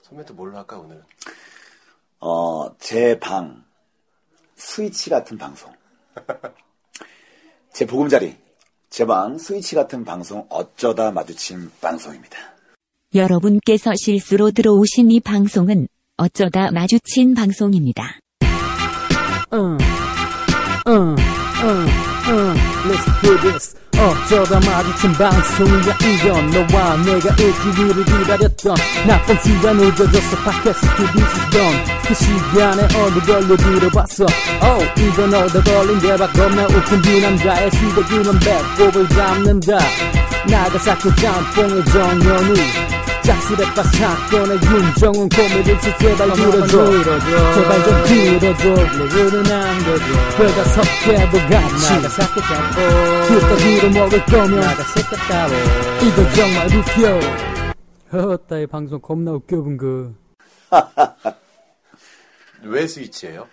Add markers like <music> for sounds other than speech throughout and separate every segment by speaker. Speaker 1: 소매도 뭘로 할까 오늘은?
Speaker 2: 어, 제 방. 스위치 같은 방송. 제 보금자리. 제 방. 스위치 같은 방송. 어쩌다 마주친 방송입니다.
Speaker 3: 여러분께서 실수로 들어오신 이 방송은 어쩌다 마주친 방송입니다.
Speaker 4: Uh, uh, uh, uh, let's do this. Uh, 어쩌다 마주친 방송이야 이건 너와 내가 일주일을 기다렸던 나쁜 시간 늦어져서 팟캐스트 뒤집던 그 시간에 어느 걸로 들어봤어 oh, 이건 얻어 걸린 대박 겁나 웃긴 두 남자의 시도기는 배꼽을 잡는다 나가사키 짬뽕의 정연우 짝스레빠 사건의 윤정은 고민을 지 제발 들어줘 제발 좀 들어줘 블루는 안겨줘 배가 섞여도 같이 나가사키 짬뽕 뚜떡이로 먹을 거면 나가사키 따로 이거 정말 웃겨 허따이 방송 겁나 웃겨 분그
Speaker 1: 왜 스위치예요?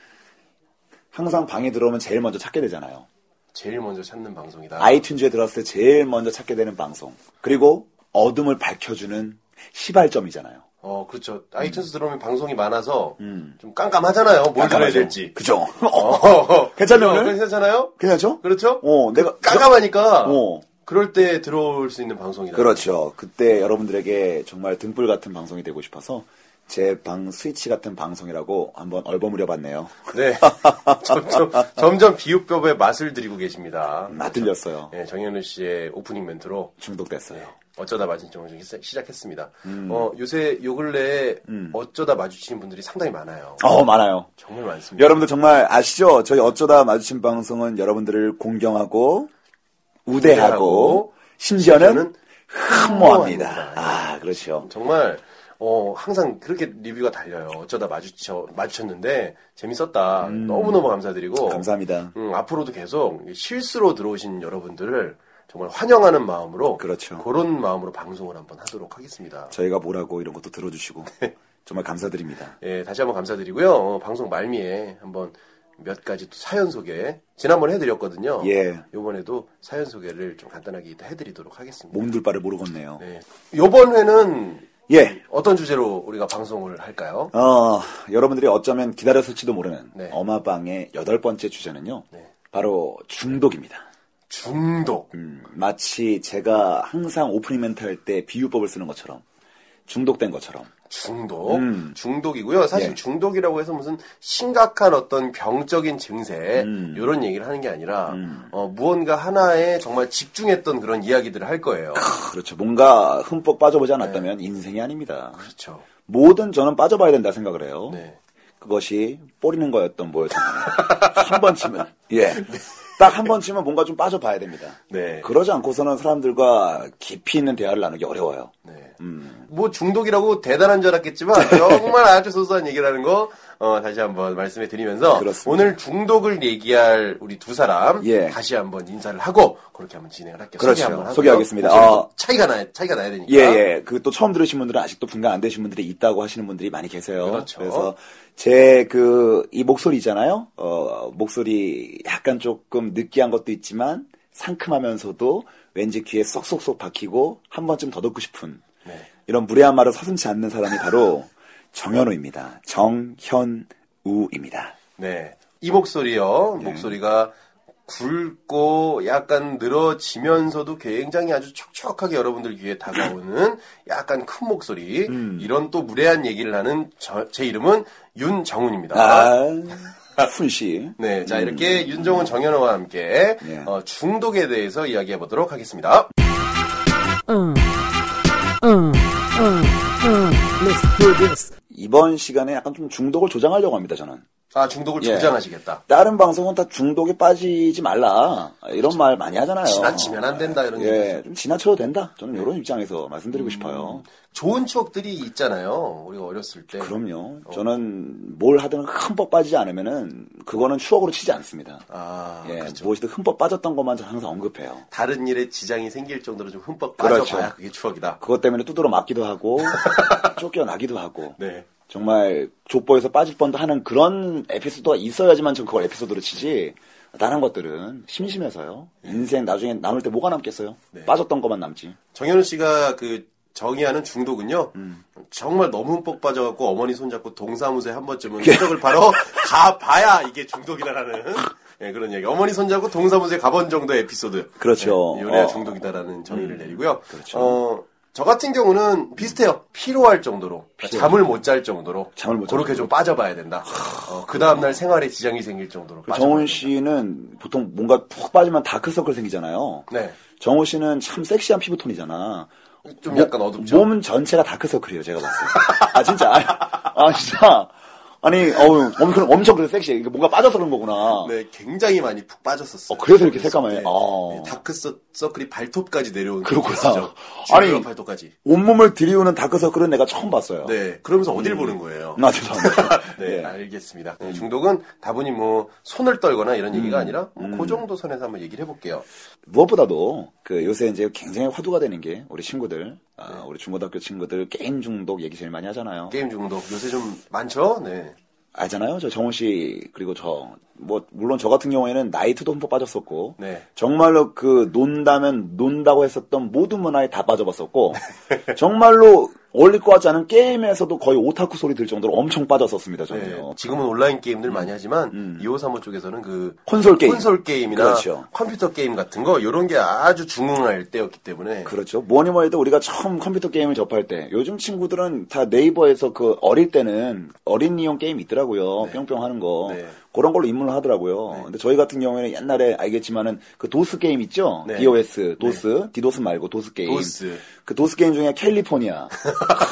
Speaker 2: 항상 방에 들어오면 제일 먼저 찾게 되잖아요.
Speaker 1: 제일 먼저 찾는 방송이다.
Speaker 2: 아이튠즈에 들어왔을 때 제일 먼저 찾게 되는 방송. 그리고 어둠을 밝혀주는 시발점이잖아요.
Speaker 1: 어 그렇죠. 아이튠스 들어오면 방송이 많아서 좀 깜깜하잖아요. 뭘 들어야
Speaker 2: 음. 깜깜하죠? <laughs>
Speaker 1: 될지.
Speaker 2: 그죠?
Speaker 1: 어,
Speaker 2: 어,
Speaker 1: 어,
Speaker 2: 괜찮네요, 오늘?
Speaker 1: 괜찮아요?
Speaker 2: 괜찮죠?
Speaker 1: 그렇죠?
Speaker 2: 어, 내가
Speaker 1: 깜깜하니까
Speaker 2: 어.
Speaker 1: 그럴 때 들어올 수 있는 방송이다.
Speaker 2: 그렇죠. 그때 여러분들에게 정말 등불 같은 방송이 되고 싶어서 제 방 스위치 같은 방송이라고 한번 얼버무려봤네요. 아,
Speaker 1: 네. <laughs> 점점, 점점 비읍법의 맛을 드리고 계십니다.
Speaker 2: 나 들렸어요.
Speaker 1: 네, 정현우 씨의 오프닝 멘트로
Speaker 2: 중독됐어요.
Speaker 1: 어쩌다 마주친 정신 시작했습니다.
Speaker 2: 음.
Speaker 1: 어, 요새 요 근래에 어쩌다 마주치는 분들이 상당히 많아요.
Speaker 2: 어, 많아요.
Speaker 1: 정말 많습니다.
Speaker 2: 여러분들 정말 아시죠? 저희 어쩌다 마주친 방송은 여러분들을 공경하고 우대하고
Speaker 1: 우대하고,
Speaker 2: 심지어는
Speaker 1: 심지어는
Speaker 2: 흠모합니다.
Speaker 1: 흠모합니다.
Speaker 2: 아, 그렇죠.
Speaker 1: 정말 어, 항상 그렇게 리뷰가 달려요. 어쩌다 마주쳐 마주쳤는데 재밌었다. 너무너무 감사드리고
Speaker 2: 음. 감사합니다.
Speaker 1: 음, 앞으로도 계속 실수로 들어오신 여러분들을 정말 환영하는 마음으로
Speaker 2: 그렇죠.
Speaker 1: 그런 마음으로 방송을 한번 하도록 하겠습니다.
Speaker 2: 저희가 뭐라고 이런 것도 들어주시고
Speaker 1: 네.
Speaker 2: 정말 감사드립니다.
Speaker 1: 예, 다시 한번 감사드리고요. 어, 방송 말미에 한번 몇 가지 또 사연 소개 지난번에 해드렸거든요.
Speaker 2: 예.
Speaker 1: 요번에도 사연 소개를 좀 간단하게 이따 해드리도록 하겠습니다.
Speaker 2: 몸둘 바를 모르겠네요.
Speaker 1: 네. 요번 회는
Speaker 2: 예.
Speaker 1: 어떤 주제로 우리가 방송을 할까요?
Speaker 2: 어, 여러분들이 어쩌면 기다렸을지도 모르는
Speaker 1: 네.
Speaker 2: 어마방의 여덟 번째 주제는요.
Speaker 1: 네.
Speaker 2: 바로 중독입니다.
Speaker 1: 중독.
Speaker 2: 음, 마치 제가 항상 오프닝 멘트 할 때 비유법을 쓰는 것처럼 중독된 것처럼
Speaker 1: 중독. 중독이고요. 사실
Speaker 2: 음. 예.
Speaker 1: 중독이라고 해서 무슨 심각한 어떤 병적인 증세,
Speaker 2: 음.
Speaker 1: 이런 얘기를 하는 게 아니라, 어, 무언가 하나에 정말 집중했던 그런 이야기들을 할 거예요.
Speaker 2: 그렇죠. 네. 뭔가 흠뻑 빠져보지 않았다면 인생이 아닙니다.
Speaker 1: 그렇죠.
Speaker 2: 뭐든 저는 빠져봐야 된다 생각을 해요.
Speaker 1: 네.
Speaker 2: 그것이 뿌리는 거였던 뭐였던 <laughs> 한 번쯤은 예. 딱 한 번쯤은 뭔가 좀 빠져봐야 됩니다.
Speaker 1: 네.
Speaker 2: 그러지 않고서는 사람들과 깊이 있는 대화를 나누기 어려워요.
Speaker 1: 네.
Speaker 2: 음.
Speaker 1: 뭐 중독이라고 대단한 줄
Speaker 2: 네.
Speaker 1: 알았겠지만 정말 아주 소소한 얘기라는 거 어, 다시 한번 말씀해 드리면서
Speaker 2: 그렇습니다.
Speaker 1: 오늘 중독을 얘기할 우리 두 사람
Speaker 2: 예.
Speaker 1: 다시 한번 인사를 하고 그렇게 한번 진행을 할게요.
Speaker 2: 그렇죠.
Speaker 1: 소개 한번 하고요.
Speaker 2: 소개하겠습니다.
Speaker 1: 목소리도
Speaker 2: 어.
Speaker 1: 차이가 나 차이가 나야 되니까.
Speaker 2: 예, 예. 그 또 처음 들으신 분들은 아직도 분간 안 되신 분들이 있다고 하시는 분들이 많이 계세요.
Speaker 1: 그렇죠.
Speaker 2: 래서 제 그 이 목소리 있잖아요. 어, 목소리 약간 조금 느끼한 것도 있지만 상큼하면서도 왠지 귀에 쏙쏙쏙 박히고 한 번쯤 더 듣고 싶은
Speaker 1: 네.
Speaker 2: 이런 무례한 말을 서슴지 않는 사람이 바로 정현우입니다. 정현우입니다.
Speaker 1: 네. 이 목소리요.
Speaker 2: 네.
Speaker 1: 목소리가 굵고 약간 늘어지면서도 굉장히 아주 촉촉하게 여러분들 귀에 다가오는 약간 큰 목소리
Speaker 2: 음.
Speaker 1: 이런 또 무례한 얘기를 하는 저- 제 이름은 윤정훈입니다.
Speaker 2: 아, 훈씨.
Speaker 1: 네, 자 이렇게 윤정훈 정현호와 함께
Speaker 2: 예.
Speaker 1: 어, 중독에 대해서 이야기해 보도록 하겠습니다.
Speaker 4: uh, uh, uh, uh, let's do this.
Speaker 2: 이번 시간에 약간 좀 중독을 조장하려고 합니다, 저는.
Speaker 1: 아 중독을
Speaker 2: 예.
Speaker 1: 조장하시겠다.
Speaker 2: 다른 방송은 다 중독에 빠지지 말라 이런 말 많이 하잖아요.
Speaker 1: 지나치면 안 된다, 이런
Speaker 2: 예,
Speaker 1: 얘기죠. 음.
Speaker 2: 좀 지나쳐도 된다. 저는 이런 입장에서 말씀드리고 싶어요.
Speaker 1: 좋은 추억들이 있잖아요. 우리가 어렸을 때.
Speaker 2: 그럼요. 저는 뭘 하든 흠뻑 빠지지 않으면은 그거는 추억으로 치지 않습니다.
Speaker 1: 아,
Speaker 2: 예,
Speaker 1: 그렇죠.
Speaker 2: 무엇이든 흠뻑 빠졌던 것만 저는 항상 언급해요.
Speaker 1: 다른 일에 지장이 생길 정도로 좀 흠뻑
Speaker 2: 그렇죠.
Speaker 1: 빠져봐야 그게 추억이다.
Speaker 2: 그것 때문에 두드러
Speaker 1: <laughs>
Speaker 2: 맞기도 하고 쫓겨나기도 하고
Speaker 1: 네.
Speaker 2: 정말 족보에서 빠질 뻔도 하는 그런 에피소드가 있어야지만 전 그걸 에피소드로 치지. 다른 것들은
Speaker 1: 네.
Speaker 2: 심심해서요. 인생 나중에 남을 때 뭐가 남겠어요? 빠졌던 것만 남지.
Speaker 1: 정현우 씨가 그 정의하는 중독은요.
Speaker 2: 음.
Speaker 1: 정말 너무 흠뻑 빠져갖고 어머니 손잡고 동사무소에 한 번쯤은 흔적을
Speaker 2: <laughs>
Speaker 1: 바로 가봐야 이게 중독이다라는 예, 그런 얘기. 어머니 손잡고 동사무소에 가본 정도 의 에피소드.
Speaker 2: 그렇죠.
Speaker 1: 예, 요래야
Speaker 2: 어. 그렇죠.
Speaker 1: 중독이다라는 정의를 내리고요. 어, 저 같은 경우는 비슷해요. 피로할 정도로 잠을 못 잘 정도로
Speaker 2: 잠을 못
Speaker 1: 그렇게
Speaker 2: 잘
Speaker 1: 좀 빠져봐야 된다. 어, 그 다음 날 생활에 지장이 생길 정도로.
Speaker 2: 그
Speaker 1: 빠져봐야
Speaker 2: 정훈
Speaker 1: 된다.
Speaker 2: 씨는 보통 뭔가 푹 빠지면 다크서클 생기잖아요.
Speaker 1: 네.
Speaker 2: 정호 씨는 참 섹시한 피부톤이잖아.
Speaker 1: 좀
Speaker 2: 모-
Speaker 1: 약간 어둡죠?
Speaker 2: 몸 전체가 다크서클이에요, 제가 봤을 때. 아, 진짜. 아, 아, 진짜. 아니, 어우, 엄청, 엄청 그래 섹시해. 이게 뭔가 빠져서 그런 거구나.
Speaker 1: 네, 굉장히 많이 푹 빠졌었어요.
Speaker 2: 어, 그래서 이렇게 새까매요?
Speaker 1: 네.
Speaker 2: 아.
Speaker 1: 네, 다크 서- 서클이 발톱까지 내려온
Speaker 2: 그렇구나. <laughs>
Speaker 1: 아니
Speaker 2: 아니.
Speaker 1: 발톱까지.
Speaker 2: 온몸을 들이우는 다크서클은 내가 처음 봤어요.
Speaker 1: 네, 그러면서 어딜 보는 거예요?
Speaker 2: 나 죄송합니다.
Speaker 1: <laughs> 네,
Speaker 2: 음. 네.
Speaker 1: 알겠습니다. 네, 중독은 다분히 뭐 손을 떨거나 이런
Speaker 2: 음.
Speaker 1: 얘기가 아니라 뭐그 정도 선에서 한번 얘기를 해볼게요.
Speaker 2: 무엇보다도 그 요새 이제 굉장히 화두가 되는 게 우리 친구들, 아,
Speaker 1: 네.
Speaker 2: 우리 중고등학교 친구들 게임 중독 얘기 제일 많이 하잖아요.
Speaker 1: 게임 중독 요새 좀 많죠? 네.
Speaker 2: 알잖아요. 저 정훈 씨 그리고 저 뭐 물론 저 같은 경우에는 나이트도 흠뻑 빠졌었고
Speaker 1: 네.
Speaker 2: 정말로 그 논다면 논다고 했었던 모든 문화에 다 빠져봤었고 정말로 어울릴 것 같지 않은 게임에서도 거의 오타쿠 소리 들 정도로 엄청 빠졌었습니다. 저는요. 음.
Speaker 1: 네, 지금은 온라인 게임들 많이 하지만 2535 쪽에서는 그
Speaker 2: 콘솔 게임.
Speaker 1: 콘솔 게임이나
Speaker 2: 그렇죠.
Speaker 1: 컴퓨터 게임 같은 거 이런 게 아주 중흥할 때였기 때문에
Speaker 2: 그렇죠. 뭐니 뭐니 해도 우리가 처음 컴퓨터 게임을 접할 때 요즘 친구들은 다 네이버에서 그 어릴 때는 어린이용 게임 있더라고요. 뿅뿅 하는 거.
Speaker 1: 네.
Speaker 2: 그런 걸로 입문을 하더라고요. 근데 저희 같은 경우에는 옛날에 알겠지만은 그 도스 게임 있죠?
Speaker 1: 네.
Speaker 2: DOS, 도스, 디도스 말고 도스 게임.
Speaker 1: 도스.
Speaker 2: 그 도스 게임 중에 캘리포니아.
Speaker 1: <laughs>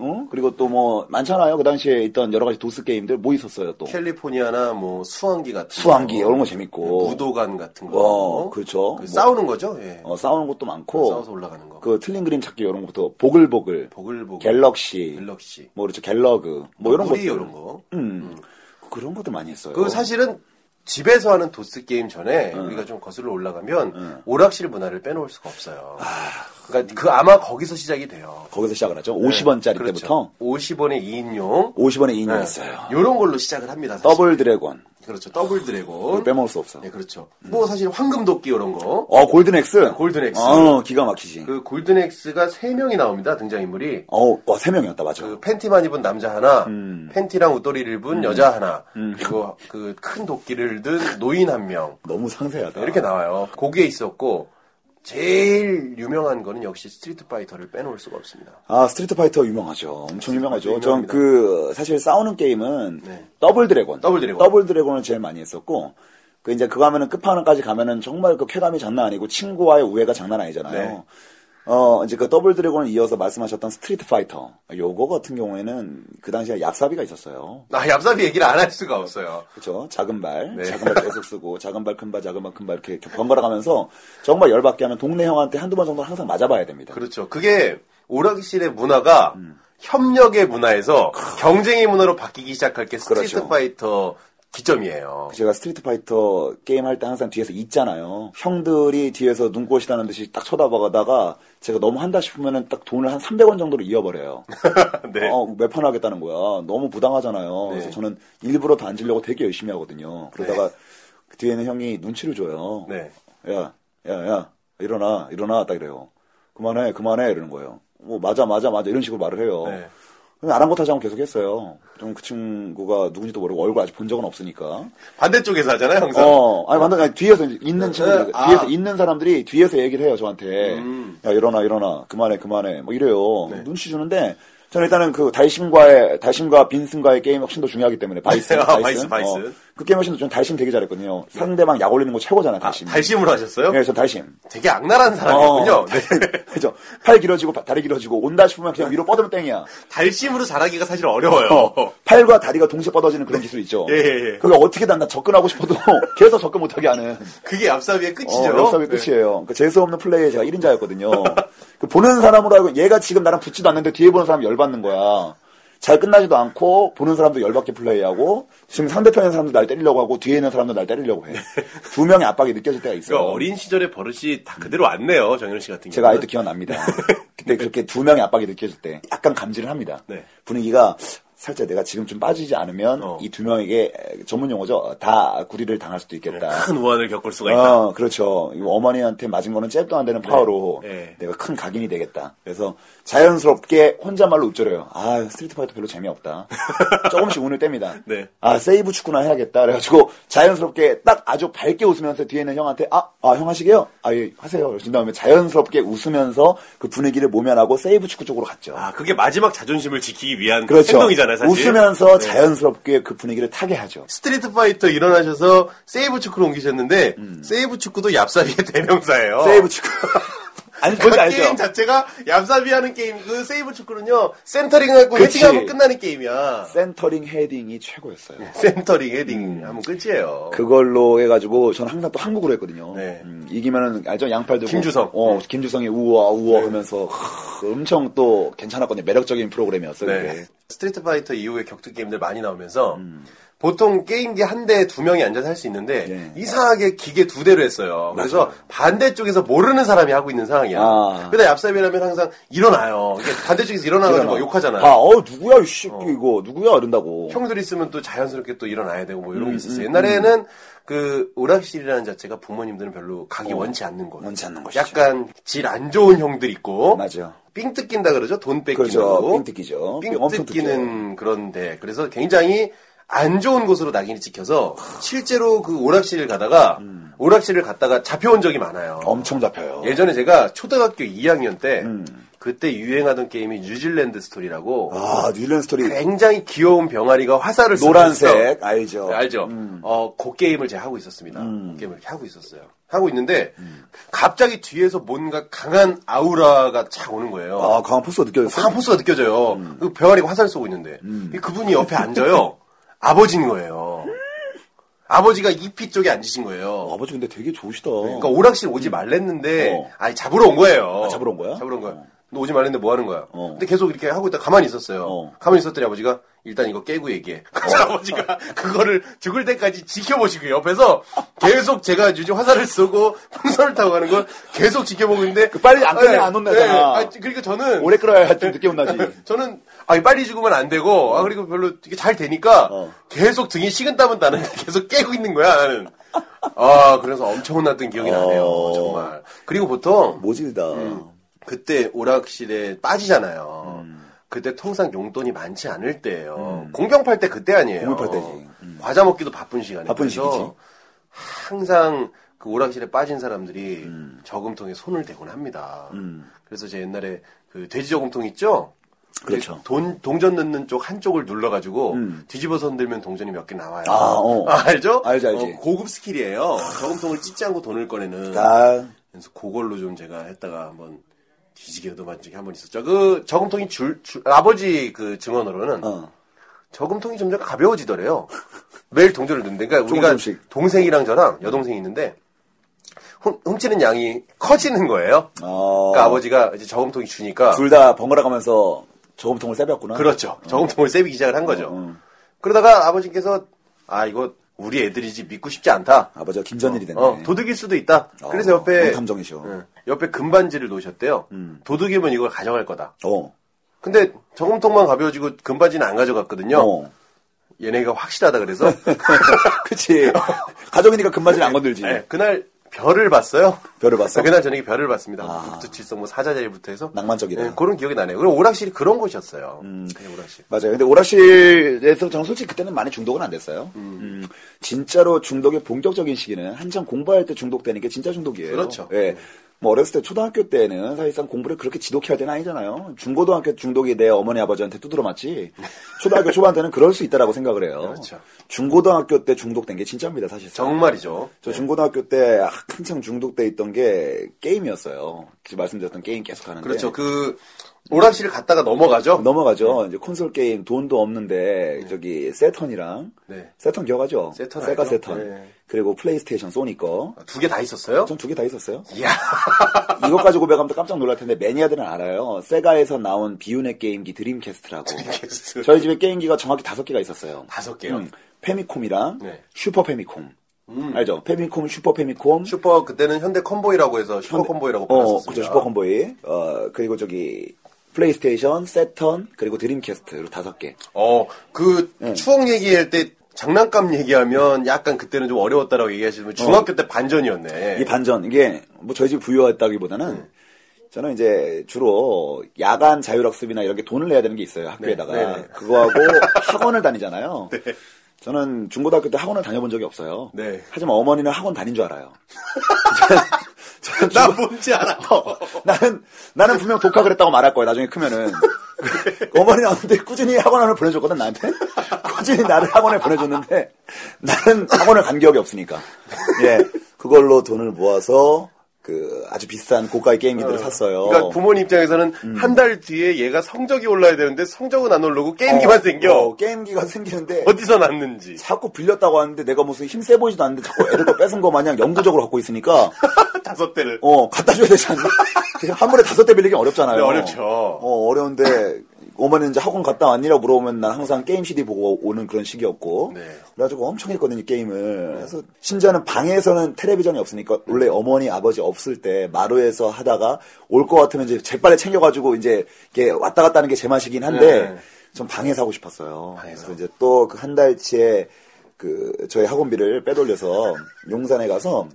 Speaker 2: 어? 그리고 또 뭐 많잖아요. 그 당시에 있던 여러 가지 도스 게임들 뭐 있었어요 또?
Speaker 1: 캘리포니아나 뭐 수환기 같은
Speaker 2: 수환기
Speaker 1: 거.
Speaker 2: 이런 거 재밌고.
Speaker 1: 그 네, 무도관 같은 거
Speaker 2: 뭐. 어, 그렇죠.
Speaker 1: 그
Speaker 2: 뭐.
Speaker 1: 싸우는 거죠 예.
Speaker 2: 어, 싸우는 것도 많고.
Speaker 1: 네, 싸워서 올라가는 거
Speaker 2: 그 틀린 그림 찾기 이런 것부터 보글보글.
Speaker 1: 보글보글
Speaker 2: 갤럭시.
Speaker 1: 갤럭시
Speaker 2: 뭐 그렇죠 갤러그 뭐 이런
Speaker 1: 뿌리
Speaker 2: 것들
Speaker 1: 이런 거
Speaker 2: 음. 그런 것도 많이 했어요. 어.
Speaker 1: 그 사실은 집에서 하는 도스 게임 전에 우리가 좀 거슬러 올라가면 오락실 문화를 빼놓을 수가
Speaker 2: 아.
Speaker 1: 없어요 그러니까 그 아마 거기서 시작이 돼요
Speaker 2: 거기서 시작을 하죠. 50원짜리
Speaker 1: 그렇죠.
Speaker 2: 때부터
Speaker 1: 50원에 2인용
Speaker 2: 50원에 인용 있어요.
Speaker 1: 이런 걸로 시작을 합니다. 사실.
Speaker 2: 더블 드래곤
Speaker 1: 그렇죠. 더블 드래곤.
Speaker 2: 이거 빼먹을 수 없어.
Speaker 1: 네, 그렇죠. 뭐 사실 황금 도끼 이런 거.
Speaker 2: 어 골든 엑스
Speaker 1: 골든 엑스.
Speaker 2: 어 기가 막히지.
Speaker 1: 그 골든 엑스가 세 명이 나옵니다. 등장 인물이.
Speaker 2: 어와세 명이었다 맞아.
Speaker 1: 그 팬티만 입은 남자 하나,
Speaker 2: 음.
Speaker 1: 팬티랑 웃도리를 입은 여자 하나, 그리고 그 큰 도끼를 든 노인 한 명.
Speaker 2: 너무 상세하다.
Speaker 1: 이렇게 나와요. 거기에 있었고 제일 유명한 거는 역시 스트리트 파이터를 빼놓을 수가 없습니다.
Speaker 2: 아 스트리트 파이터 유명하죠. 엄청 유명하죠.
Speaker 1: 파이터 네, 유명합니다.
Speaker 2: 전 그 사실 싸우는 게임은
Speaker 1: 네.
Speaker 2: 더블 드래곤
Speaker 1: 더블 드래곤.
Speaker 2: 더블 드래곤을 제일 많이 했었고. 그 이제 그거 하면은 끝판왕까지 가면은 정말 그 쾌감이 장난 아니고 친구와의 우애가 장난 아니잖아요.
Speaker 1: 네.
Speaker 2: 어, 이제 그 더블 드래곤을 이어서 말씀하셨던 스트리트 파이터. 요거 같은 경우에는 그 당시에 약사비가 있었어요.
Speaker 1: 아, 얍삽이 얘기를 안 할 수가 없어요.
Speaker 2: 그쵸? 작은 발.
Speaker 1: 네.
Speaker 2: 작은 발 계속 쓰고, 작은 발, 큰 발, 작은 발, 큰 발, 이렇게 번갈아 가면서 정말 열받게 하면 동네 형한테 한두 번 정도는 항상 맞아봐야 됩니다.
Speaker 1: 그렇죠. 그게 오락실의 문화가
Speaker 2: 음.
Speaker 1: 협력의 문화에서 경쟁의 문화로 바뀌기 시작할 게 스트리트
Speaker 2: 그렇죠.
Speaker 1: 파이터 기점이에요.
Speaker 2: 그 제가 스트리트 파이터 게임 할 때 항상 뒤에서 있잖아요. 형들이 뒤에서 눈꼴시다는 듯이 딱 쳐다봐가다가 제가 너무 한다 싶으면은 딱 돈을 한 300원 정도로 이어버려요.
Speaker 1: <laughs> 네.
Speaker 2: 어, 매판 하겠다는 거야. 너무 부당하잖아요. 그래서 저는 일부러 더 앉으려고 되게 열심히 하거든요. 그러다가 그 뒤에는 형이 눈치를 줘요.
Speaker 1: 네.
Speaker 2: 야, 야, 야, 일어나, 일어나, 딱 이래요. 그만해, 그만해, 이러는 거예요. 뭐, 맞아, 맞아, 맞아, 이런 식으로 말을 해요.
Speaker 1: 네.
Speaker 2: 그냥 아랑곳하지 않고 계속 했어요. 좀 그 친구가 누군지도 모르고 얼굴 아직 본 적은 없으니까.
Speaker 1: 반대쪽에서 하잖아요, 항상.
Speaker 2: 어, 아니, 완전, 아니, 뒤에서 이제 있는 친구들,
Speaker 1: 아.
Speaker 2: 뒤에서 있는 사람들이 뒤에서 얘기를 해요, 저한테.
Speaker 1: 음. 네.
Speaker 2: 야, 일어나, 일어나. 그만해, 그만해. 뭐 이래요. 눈치 주는데, 저는 일단은 그 달심과의, 달심과 빈슨과의 게임이 훨씬 더 중요하기 때문에,
Speaker 1: <laughs>
Speaker 2: 바이슨.
Speaker 1: 아, 바이슨,
Speaker 2: 바이슨.
Speaker 1: 바이슨.
Speaker 2: 어, 그 게임 훨씬 더, 저는 달심 되게 잘했거든요. 상대방 약 올리는 거 최고잖아요,
Speaker 1: 아,
Speaker 2: 달심.
Speaker 1: 달심으로 하셨어요?
Speaker 2: 네, 저 달심.
Speaker 1: 되게 악랄한 사람이군요. 네.
Speaker 2: 어, <laughs> 그죠. 팔 길어지고, 바- 다리 길어지고, 온다 싶으면 그냥 위로 뻗으면 땡이야.
Speaker 1: 달심으로 잘하기가 사실 어려워요.
Speaker 2: <laughs> 팔과 다리가 동시에 뻗어지는 그런 기술 있죠.
Speaker 1: 예, 예, 예.
Speaker 2: 그게 어떻게든 나 접근하고 싶어도 <laughs> 계속 접근 못하게 하는.
Speaker 1: 그게 얍삽이의 끝이죠.
Speaker 2: 어, 역사의
Speaker 1: 네.
Speaker 2: 끝이에요. 그 재수없는 플레이에 제가 1인자였거든요. 그 보는 사람으로 알고 얘가 지금 나랑 붙지도 않는데 뒤에 보는 사람 열받는 거야. 잘 끝나지도 않고 보는 사람도 열받게 플레이하고 지금 상대편의 사람도 날 때리려고 하고 뒤에 있는 사람도 날 때리려고 해. 두 명의 압박이 느껴질 때가 있어요.
Speaker 1: 그러니까 네. 어린 시절의 버릇이 다 그대로 왔네요, 네. 정현우 씨 같은 경우.
Speaker 2: 제가 아직도 기억납니다. 그때 그렇게 두 명의 압박이 느껴질 때 약간 감지를 합니다.
Speaker 1: 네.
Speaker 2: 분위기가 살짝 내가 지금 좀 빠지지 않으면
Speaker 1: 어.
Speaker 2: 이 두 명에게 전문 용어죠. 다 구리를 당할 수도 있겠다.
Speaker 1: 큰 우환을 겪을 수가 있다.
Speaker 2: 어, 그렇죠. 이 어머니한테 맞은 거는 잽도 안 되는 파워로
Speaker 1: 네.
Speaker 2: 내가 큰 각인이 되겠다. 그래서 자연스럽게 혼자말로 웃절해요. 아, 스트리트 파이터 별로 재미없다.
Speaker 1: <laughs>
Speaker 2: 조금씩 운을 뗍니다.
Speaker 1: 네.
Speaker 2: 아, 세이브 축구나 해야겠다. 그래가지고 자연스럽게 딱 아주 밝게 웃으면서 뒤에 있는 형한테 아, 아, 형 하시게요? 아, 예, 하세요. 그러신 다음에 자연스럽게 웃으면서 그 분위기를 모면하고 세이브 축구 쪽으로 갔죠.
Speaker 1: 아, 그게 마지막 자존심을 지키기 위한
Speaker 2: 그렇죠.
Speaker 1: 행동이잖아요, 사실.
Speaker 2: 웃으면서
Speaker 1: 네.
Speaker 2: 자연스럽게 그 분위기를 타게 하죠.
Speaker 1: 스트리트 파이터 일어나셔서 세이브 축구로 옮기셨는데 세이브 축구도 얍삽이의 <laughs> 대명사예요.
Speaker 2: 음. 세이브
Speaker 1: <laughs>
Speaker 2: 축구. 아니,
Speaker 1: 그
Speaker 2: 뭔지 알죠?
Speaker 1: 게임 자체가 얍삽이 하는 게임 그 세이브 축구는요 센터링 하고
Speaker 2: 그치.
Speaker 1: 헤딩하면 끝나는 게임이야.
Speaker 2: 센터링
Speaker 1: 네.
Speaker 2: 헤딩이 최고였어요.
Speaker 1: 센터링 헤딩 하면 끝이에요.
Speaker 2: 음. 그걸로 해가지고 저는 항상 또 한국으로 했거든요.
Speaker 1: 네.
Speaker 2: 음, 이기면은 알죠 양팔 들고
Speaker 1: 김주성.
Speaker 2: 어 김주성이 우와
Speaker 1: 네.
Speaker 2: 우와 하면서 엄청 또 괜찮았거든요. 매력적인 프로그램이었어요.
Speaker 1: 네.
Speaker 2: 그게.
Speaker 1: 스트리트 파이터 이후에 격투 게임들 많이 나오면서
Speaker 2: 음.
Speaker 1: 보통 게임기 한 대에 두 명이 앉아서 할 수 있는데
Speaker 2: 네.
Speaker 1: 이상하게 기계 두 대로 했어요. 그래서 반대쪽에서 모르는 사람이 하고 있는 상황이야.
Speaker 2: 아.
Speaker 1: 근데 얍삽이라면 항상 일어나요. 이게 반대쪽에서 일어나가지고 막 욕하잖아요.
Speaker 2: 아, 어 누구야 이 새끼 이거 누구야 이런다고.
Speaker 1: 형들 있으면 또 자연스럽게 또 일어나야 되고 뭐
Speaker 2: 음,
Speaker 1: 이런 게 있었어요. 옛날에는 그 오락실이라는 자체가 부모님들은 별로 가기 원치 않는 거.
Speaker 2: 어. 원치 않는 것이죠.
Speaker 1: 약간 질 안 좋은 형들 있고.
Speaker 2: 맞아요.
Speaker 1: 삥 뜯긴다 그러죠. 돈 뺏기고.
Speaker 2: 그렇죠. 삥 뜯기죠. 삥 엄청
Speaker 1: 는 그런데 그래서 굉장히 안 좋은 곳으로 낙인이 찍혀서 실제로 그 오락실을 가다가
Speaker 2: 음.
Speaker 1: 오락실을 갔다가 잡혀온 적이 많아요.
Speaker 2: 엄청 잡혀요.
Speaker 1: 예전에 제가 초등학교 2학년 때
Speaker 2: 음.
Speaker 1: 그때 유행하던 게임이 뉴질랜드 스토리라고
Speaker 2: 아 뉴질랜드 스토리
Speaker 1: 굉장히 귀여운 병아리가 화살을 쏘면서-
Speaker 2: 노란색 음. 알죠.
Speaker 1: 네, 알죠. 어, 그 게임을 제가 하고 있었습니다.
Speaker 2: 음.
Speaker 1: 그 게임을 이렇게 하고 있었어요. 하고 있는데 갑자기 뒤에서 뭔가 강한 아우라가 착 오는 거예요.
Speaker 2: 아 강한 포스가 느껴졌어요.
Speaker 1: 강한 포스가 느껴져요.
Speaker 2: 음.
Speaker 1: 그 병아리가 화살 쏘고 있는데 그분이 옆에
Speaker 2: <laughs>
Speaker 1: 앉아요. 아버지인 거예요. 아버지가 이피 쪽에 앉으신 거예요.
Speaker 2: 아버지 근데 되게 좋으시다.
Speaker 1: 그러니까 오락실 오지 말랬는데
Speaker 2: 어.
Speaker 1: 아니 잡으러 온 거예요.
Speaker 2: 아, 잡으러 온 거야?
Speaker 1: 잡으러 온 거야. 너 오지 말랬는데 뭐 하는 거야?
Speaker 2: 어.
Speaker 1: 근데 계속 이렇게 하고 있다 가 가만히 있었어요.
Speaker 2: 어.
Speaker 1: 가만히 있었더니 아버지가 일단 이거 깨고 얘기해. <laughs> 그래서 아버지가 그거를 죽을 때까지 지켜보시고 옆에서 계속 제가 유지 화살을 쏘고 풍선을 타고 가는 걸 계속 지켜보고 있는데
Speaker 2: 그 빨리 안 끝내 안 혼나잖아.
Speaker 1: 아, 그러니까 저는
Speaker 2: 오래 끌어야 좀 늦게 혼나지.
Speaker 1: <laughs> 저는 아 빨리 죽으면 안 되고 아 그리고 별로 이게 잘 되니까
Speaker 2: 어.
Speaker 1: 계속 등이 식은땀은 나는데 <laughs> 계속 깨고 있는 거야 나는 아 그래서 엄청 혼났던 기억이 나네요
Speaker 2: 어.
Speaker 1: 정말 그리고 보통
Speaker 2: 모질다.
Speaker 1: 음. 그때 오락실에 빠지잖아요
Speaker 2: 음.
Speaker 1: 그때 통상 용돈이 많지 않을 때예요 공병팔 때 그때 아니에요
Speaker 2: 공병팔 때지. 음.
Speaker 1: 과자 먹기도 바쁜 시간에
Speaker 2: 바쁜
Speaker 1: 그래서
Speaker 2: 시기지.
Speaker 1: 항상 그 오락실에 빠진 사람들이
Speaker 2: 음.
Speaker 1: 저금통에 손을 대곤 합니다 그래서 제 옛날에 그 돼지 저금통 있죠
Speaker 2: 그렇죠.
Speaker 1: 돈 동전 넣는 쪽 한쪽을 눌러가지고
Speaker 2: 음.
Speaker 1: 뒤집어서 흔들면 동전이 몇 개 나와요.
Speaker 2: 아,
Speaker 1: <laughs>
Speaker 2: 어.
Speaker 1: 알죠?
Speaker 2: 알지, 알지.
Speaker 1: 어, 고급 스킬이에요. 저금통을 찢지 않고 돈을 꺼내는.
Speaker 2: 아, 다
Speaker 1: 그래서 그걸로 좀 제가 했다가 한번 뒤지게 얻어맞은 적이 한 번 있었죠. 그 저금통이 줄, 줄- 아버지 그 증언으로는
Speaker 2: 어.
Speaker 1: 저금통이 점점 가벼워지더래요. 매일 동전을 넣는데, 그러니까 우리가
Speaker 2: 조금씩.
Speaker 1: 동생이랑 저랑 여동생이 있는데 훔, 훔치는 양이 커지는 거예요.
Speaker 2: 어.
Speaker 1: 그러니까 아버지가 이제 저금통이 주니까
Speaker 2: 둘 다 번갈아 가면서 저금통을 세배했구나.
Speaker 1: 그렇죠.
Speaker 2: 어.
Speaker 1: 저금통을 세비기 시작을 한 거죠. 그러다가 아버지께서 아 이거 우리 애들이지 믿고 싶지 않다.
Speaker 2: 아버지가 김전일이 됐네.
Speaker 1: 어, 도둑일 수도 있다.
Speaker 2: 어,
Speaker 1: 그래서 옆에
Speaker 2: 탐정이셔.
Speaker 1: 응, 옆에 금반지를 놓으셨대요.
Speaker 2: 음.
Speaker 1: 도둑이면 이걸 가져갈 거다.
Speaker 2: 어.
Speaker 1: 근데 저금통만 가벼워지고 금반지는 안 가져갔거든요.
Speaker 2: 어.
Speaker 1: 얘네가 확실하다 그래서
Speaker 2: <laughs>
Speaker 1: <laughs>
Speaker 2: 그치. 가족이니까 금바지는 안 건들지.
Speaker 1: 네, 그날 별을 봤어요. 아,
Speaker 2: 별을 봤어?
Speaker 1: 그날 저녁에 별을 봤습니다.
Speaker 2: 아.
Speaker 1: 북두칠성 뭐 사자자리부터 해서
Speaker 2: 낭만적이다. 음.
Speaker 1: 그런 기억이 나네요. 그리고 오락실이 그런 곳이었어요. 그냥 오락실.
Speaker 2: 맞아요. 근데 오락실에서 저는 솔직히 그때는 많이 중독은 안 됐어요. 음, 진짜로 중독의 본격적인 시기는 한창 공부할 때 중독되는 게 진짜 중독이에요.
Speaker 1: 그렇죠.
Speaker 2: 예. 뭐 어렸을 때 초등학교 때는 사실상 공부를 그렇게 지독해야 되는 아니잖아요. 중고등학교 중독이 내 어머니 아버지한테
Speaker 1: <laughs>
Speaker 2: 두드러 맞지. 초등학교 초반 때는 그럴 수 있다라고 생각을 해요.
Speaker 1: 그렇죠.
Speaker 2: 중고등학교 때 중독된 게 진짜입니다, 사실상.
Speaker 1: 정말이죠.
Speaker 2: 저 중고등학교 때 한창 중독돼 있던 게 게임이었어요. 지금 말씀드렸던 게임 계속 하는데.
Speaker 1: 그렇죠. 그 오락실을 갔다가 넘어가죠.
Speaker 2: 네. 넘어가죠.
Speaker 1: 네.
Speaker 2: 이제 콘솔 게임 돈도 없는데 저기 세턴이랑
Speaker 1: 네.
Speaker 2: 세턴 기억하죠?
Speaker 1: 세턴
Speaker 2: 세가
Speaker 1: 알죠?
Speaker 2: 세턴.
Speaker 1: 네.
Speaker 2: 그리고 플레이스테이션 소니 거.
Speaker 1: 아, 두 개 다 있었어요?
Speaker 2: 전 두 개 다 있었어요. <laughs>
Speaker 1: 이야.
Speaker 2: 이것까지 고백하면 또 깜짝 놀랄 텐데 매니아들은 알아요. 세가에서 나온 비운의
Speaker 1: <laughs>
Speaker 2: 게임기 드림캐스트라고.
Speaker 1: 드림캐스트.
Speaker 2: 저희 집에 게임기가 정확히 다섯 개가 있었어요.
Speaker 1: 다섯 개요?
Speaker 2: 음, 페미콤이랑
Speaker 1: 네. 음.
Speaker 2: 슈퍼 페미콤. 알죠? 페미콤, 슈퍼 페미콤,
Speaker 1: 슈퍼
Speaker 2: 어,
Speaker 1: 그때는 현대 컨보이라고 해서 슈퍼 컨보이라고 불렀었습니다.
Speaker 2: 그죠 슈퍼 컨보이. 어, 그리고 어, 저기 플레이스테이션, 세턴, 그리고 드림캐스트로 다섯 개.
Speaker 1: 어, 그
Speaker 2: 네.
Speaker 1: 추억 얘기할 때 장난감 얘기하면 약간 그때는 좀 어려웠다라고 얘기하시면 중학교 때 반전이었네. 음.
Speaker 2: 이 반전 이게 뭐 저희 집 부유했다기보다는 저는 이제 주로 야간 자율학습이나 이렇게 돈을 내야 되는 게 있어요 학교에다가
Speaker 1: 네, 네, 네. <laughs>
Speaker 2: 그거하고 학원을 다니잖아요. 저는 중고등학교 때 학원을 다녀본 적이 없어요.
Speaker 1: 네.
Speaker 2: 하지만 어머니는 학원 다닌 줄 알아요. 저는
Speaker 1: 나
Speaker 2: 중고-
Speaker 1: 뭔지 알아.
Speaker 2: 어. 나는 나는 분명 독학을 했다고 말할 거예요. 나중에 크면은 어머니는 근데 꾸준히 학원 안을 보내줬거든 나한테 꾸준히 나를 학원에 보내줬는데 나는 학원을 간 기억이 없으니까 예 그걸로 돈을 모아서 그 아주 비싼 고가의 게임기들을 샀어요. 음.
Speaker 1: 그러니까 부모님 입장에서는 한 달 뒤에 얘가 성적이 올라야 되는데 성적은 안 오르고 게임기만
Speaker 2: 어,
Speaker 1: 생겨.
Speaker 2: 어, 게임기가 생기는데
Speaker 1: 어디서 났는지.
Speaker 2: 자꾸 빌렸다고 하는데 내가 무슨 힘 세 보이지도 않는데 자꾸 애들 거 뺏은 거 마냥 영구적으로 갖고 있으니까
Speaker 1: 다섯 대를.
Speaker 2: 어, 갖다 줘야 되지 <laughs> 않나? 한 번에 다섯 대 빌리기 어렵잖아요.
Speaker 1: 네, 어렵죠.
Speaker 2: 어, 어려운데, 어머니는 이제 학원 갔다 왔니라고 물어보면 난 항상 게임 CD 보고 오는 그런 식이었고.
Speaker 1: 네.
Speaker 2: 그래가지고 엄청 했거든요, 게임을. 그래서, 심지어는 방에서는 텔레비전이 없으니까, 원래 어머니, 아버지 없을 때 마루에서 하다가 올 것 같으면 이제 재빨리 챙겨가지고 이제 이게 왔다 갔다 하는 게 제맛이긴 한데,
Speaker 1: 네.
Speaker 2: 전 방에서 하고 싶었어요.
Speaker 1: 방에서.
Speaker 2: 그래서 이제 또 그 한 달치에 그 저희 학원비를 빼돌려서 용산에 가서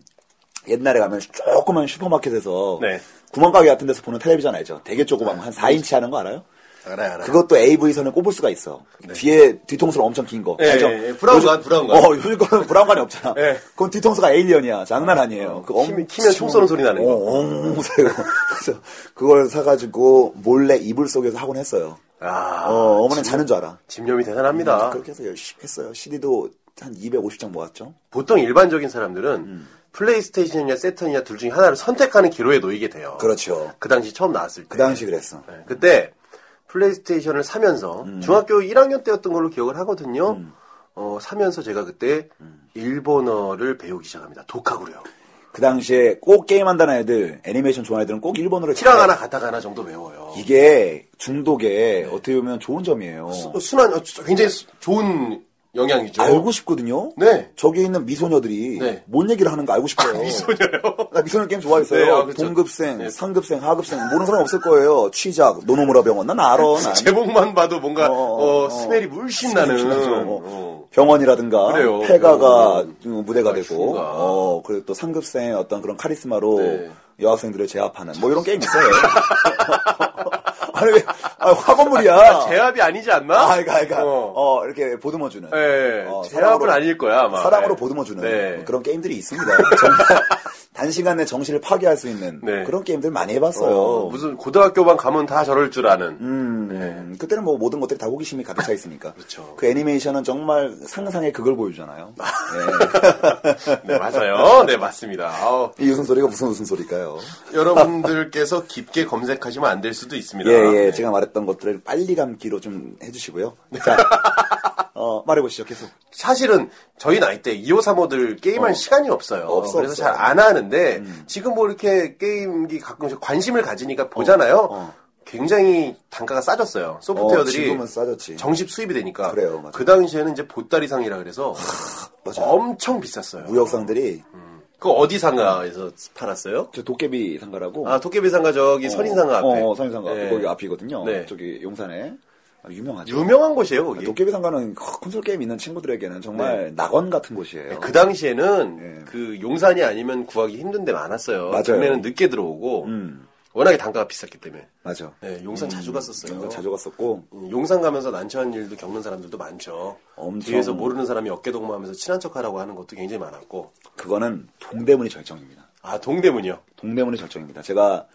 Speaker 2: 옛날에 가면 조그만 슈퍼마켓에서
Speaker 1: 네.
Speaker 2: 구멍가게 같은 데서 보는 텔레비전 알죠? 되게 조그만 한 4인치 하는 거 알아요?
Speaker 1: 알아, 알아.
Speaker 2: 그것도 AV선을 꼽을 수가 있어. 뒤에 뒤통수가 엄청 긴 거.
Speaker 1: 네. 예,
Speaker 2: 알죠?
Speaker 1: 예, 예. 브라운관, 브라운관.
Speaker 2: 어, 요즘 거는 브라운관이 없잖아.
Speaker 1: 예. 어,
Speaker 2: 그건 뒤통수가 에일리언이야. 장난 아니에요. 그
Speaker 1: 키면- 키면 총 쏘는 소리 나는 거.
Speaker 2: 어, 엉 소리가. 그래서 그걸 사가지고 몰래 이불 속에서 하곤 했어요.
Speaker 1: 아,
Speaker 2: 어, 어머니는 자는 줄 알아.
Speaker 1: 집념이 대단합니다.
Speaker 2: 그렇게 해서 열심히 했어요. CD도 한 250장 모았죠.
Speaker 1: 보통 일반적인 사람들은
Speaker 2: 음.
Speaker 1: 플레이스테이션이냐 세턴이냐 둘 중에 하나를 선택하는 기로에 놓이게 돼요.
Speaker 2: 그렇죠.
Speaker 1: 그 당시 처음 나왔을 때.
Speaker 2: 그 당시 그랬어.
Speaker 1: 네, 그때 플레이스테이션을 사면서 중학교 1학년 때였던 걸로 기억을 하거든요. 어, 사면서 제가 그때 일본어를 배우기 시작합니다. 독학으로요.
Speaker 2: 그 당시에 꼭 게임한다는 애들, 애니메이션 좋아하는 애들은 꼭 일본어를
Speaker 1: 히라가나 가타가나 정도 외워요.
Speaker 2: 이게 중독에 어떻게 보면 좋은 점이에요. 네.
Speaker 1: 수- 순한 어, 수- 굉장히 수- 좋은 영향이죠.
Speaker 2: 알고 싶거든요.
Speaker 1: 네.
Speaker 2: 저기 있는 미소녀들이
Speaker 1: 네. 아,
Speaker 2: 뭔 얘기를 하는 거 알고 싶어요.
Speaker 1: 미소녀요.
Speaker 2: <laughs> 나 미소녀 게임 좋아했어요.
Speaker 1: 네, 아, 그렇죠.
Speaker 2: 동급생,
Speaker 1: 네.
Speaker 2: 상급생, 하급생 모르는 사람 없을 거예요. 취작, 노노무라 병원 난 알아. 난.
Speaker 1: <laughs> 제목만 봐도 뭔가
Speaker 2: 어, 어,
Speaker 1: 어, 스멜이 물씬
Speaker 2: 스멜이
Speaker 1: 나는
Speaker 2: 나죠. 어.
Speaker 1: 어.
Speaker 2: 병원이라든가
Speaker 1: 그래요.
Speaker 2: 폐가가
Speaker 1: 병원.
Speaker 2: 어, 무대가
Speaker 1: 아,
Speaker 2: 되고
Speaker 1: 휴가.
Speaker 2: 어 그리고 또 상급생의 어떤 그런 카리스마로
Speaker 1: 네.
Speaker 2: 여학생들을 제압하는 뭐 이런 게임 있어요. <laughs> 아니 왜 아, 학원물이야.
Speaker 1: 제압이 아니지 않나?
Speaker 2: 아, 그러니까, 그러니까,
Speaker 1: 어.
Speaker 2: 어. 이렇게 보듬어주는.
Speaker 1: 예,
Speaker 2: 어,
Speaker 1: 제압은 아닐 거야, 아마.
Speaker 2: 사랑으로
Speaker 1: 예.
Speaker 2: 보듬어주는
Speaker 1: 네.
Speaker 2: 그런 게임들이 있습니다. <laughs> 정말 단시간 내 정신을 파괴할 수 있는
Speaker 1: 네.
Speaker 2: 그런 게임들 많이 해봤어요.
Speaker 1: 어, 무슨 고등학교만 가면 다 저럴 줄 아는.
Speaker 2: 음, 그때는 뭐 모든 것들이 다 호기심이 가득 차
Speaker 1: <laughs>
Speaker 2: 있으니까.
Speaker 1: 그렇죠.
Speaker 2: 그 애니메이션은 정말 상상의 그걸 보여주잖아요. 예.
Speaker 1: 네, 맞아요. 네, 맞습니다. 아우, <laughs>
Speaker 2: 이 웃음소리가 무슨 웃음소리일까요?
Speaker 1: 여러분들께서 깊게 검색하시면 안 될 수도 있습니다.
Speaker 2: 예, 예.
Speaker 1: 네.
Speaker 2: 제가 말했던 것들을 빨리 감기로 좀 해주시고요. 자, 어, 말해보시죠, 계속.
Speaker 1: 사실은 저희 나이 때 2호3호들 게임할
Speaker 2: 어.
Speaker 1: 시간이 없어요.
Speaker 2: 없어, 음.
Speaker 1: 그래서
Speaker 2: 없어.
Speaker 1: 잘 안 하는데 지금 뭐 이렇게 게임기 가끔씩 관심을 가지니까 보잖아요.
Speaker 2: 어.
Speaker 1: 굉장히 단가가 싸졌어요. 소프트웨어들이
Speaker 2: 지금은 싸졌지.
Speaker 1: 정식 수입이 되니까.
Speaker 2: 그래요, 맞아요.
Speaker 1: 그 당시에는 이제 보따리상이라 그래서
Speaker 2: 맞아요.
Speaker 1: 엄청 비쌌어요.
Speaker 2: 무역상들이
Speaker 1: 그 어디 상가에서 팔았어요?
Speaker 2: 저 도깨비 상가라고.
Speaker 1: 아 도깨비 상가 저기 선인상가 앞에.
Speaker 2: 어, 어, 선인상가
Speaker 1: 네.
Speaker 2: 거기 앞이거든요.
Speaker 1: 네.
Speaker 2: 저기 용산에 아, 유명하죠.
Speaker 1: 유명한 예. 곳이에요 거기.
Speaker 2: 도깨비 상가는 콘솔 게임 있는 친구들에게는 정말 낙원 같은 곳이에요.
Speaker 1: 네. 그 당시에는
Speaker 2: 예.
Speaker 1: 그 용산이 아니면 구하기 힘든 데 많았어요.
Speaker 2: 맞아요.
Speaker 1: 작년에는 늦게 들어오고
Speaker 2: 음,
Speaker 1: 워낙에 단가가 비쌌기 때문에.
Speaker 2: 맞아.
Speaker 1: 네, 용산 자주 갔었어요.
Speaker 2: 용산 자주 갔었고
Speaker 1: 음, 용산 가면서 난처한 일도 겪는 사람들도 많죠.
Speaker 2: 엄청.
Speaker 1: 뒤에서 모르는 사람이 어깨동무하면서 친한 척하라고 하는 것도 굉장히 많았고.
Speaker 2: 그거는 동대문이 절정입니다.
Speaker 1: 아 동대문이요.
Speaker 2: 동대문이 절정입니다. 제가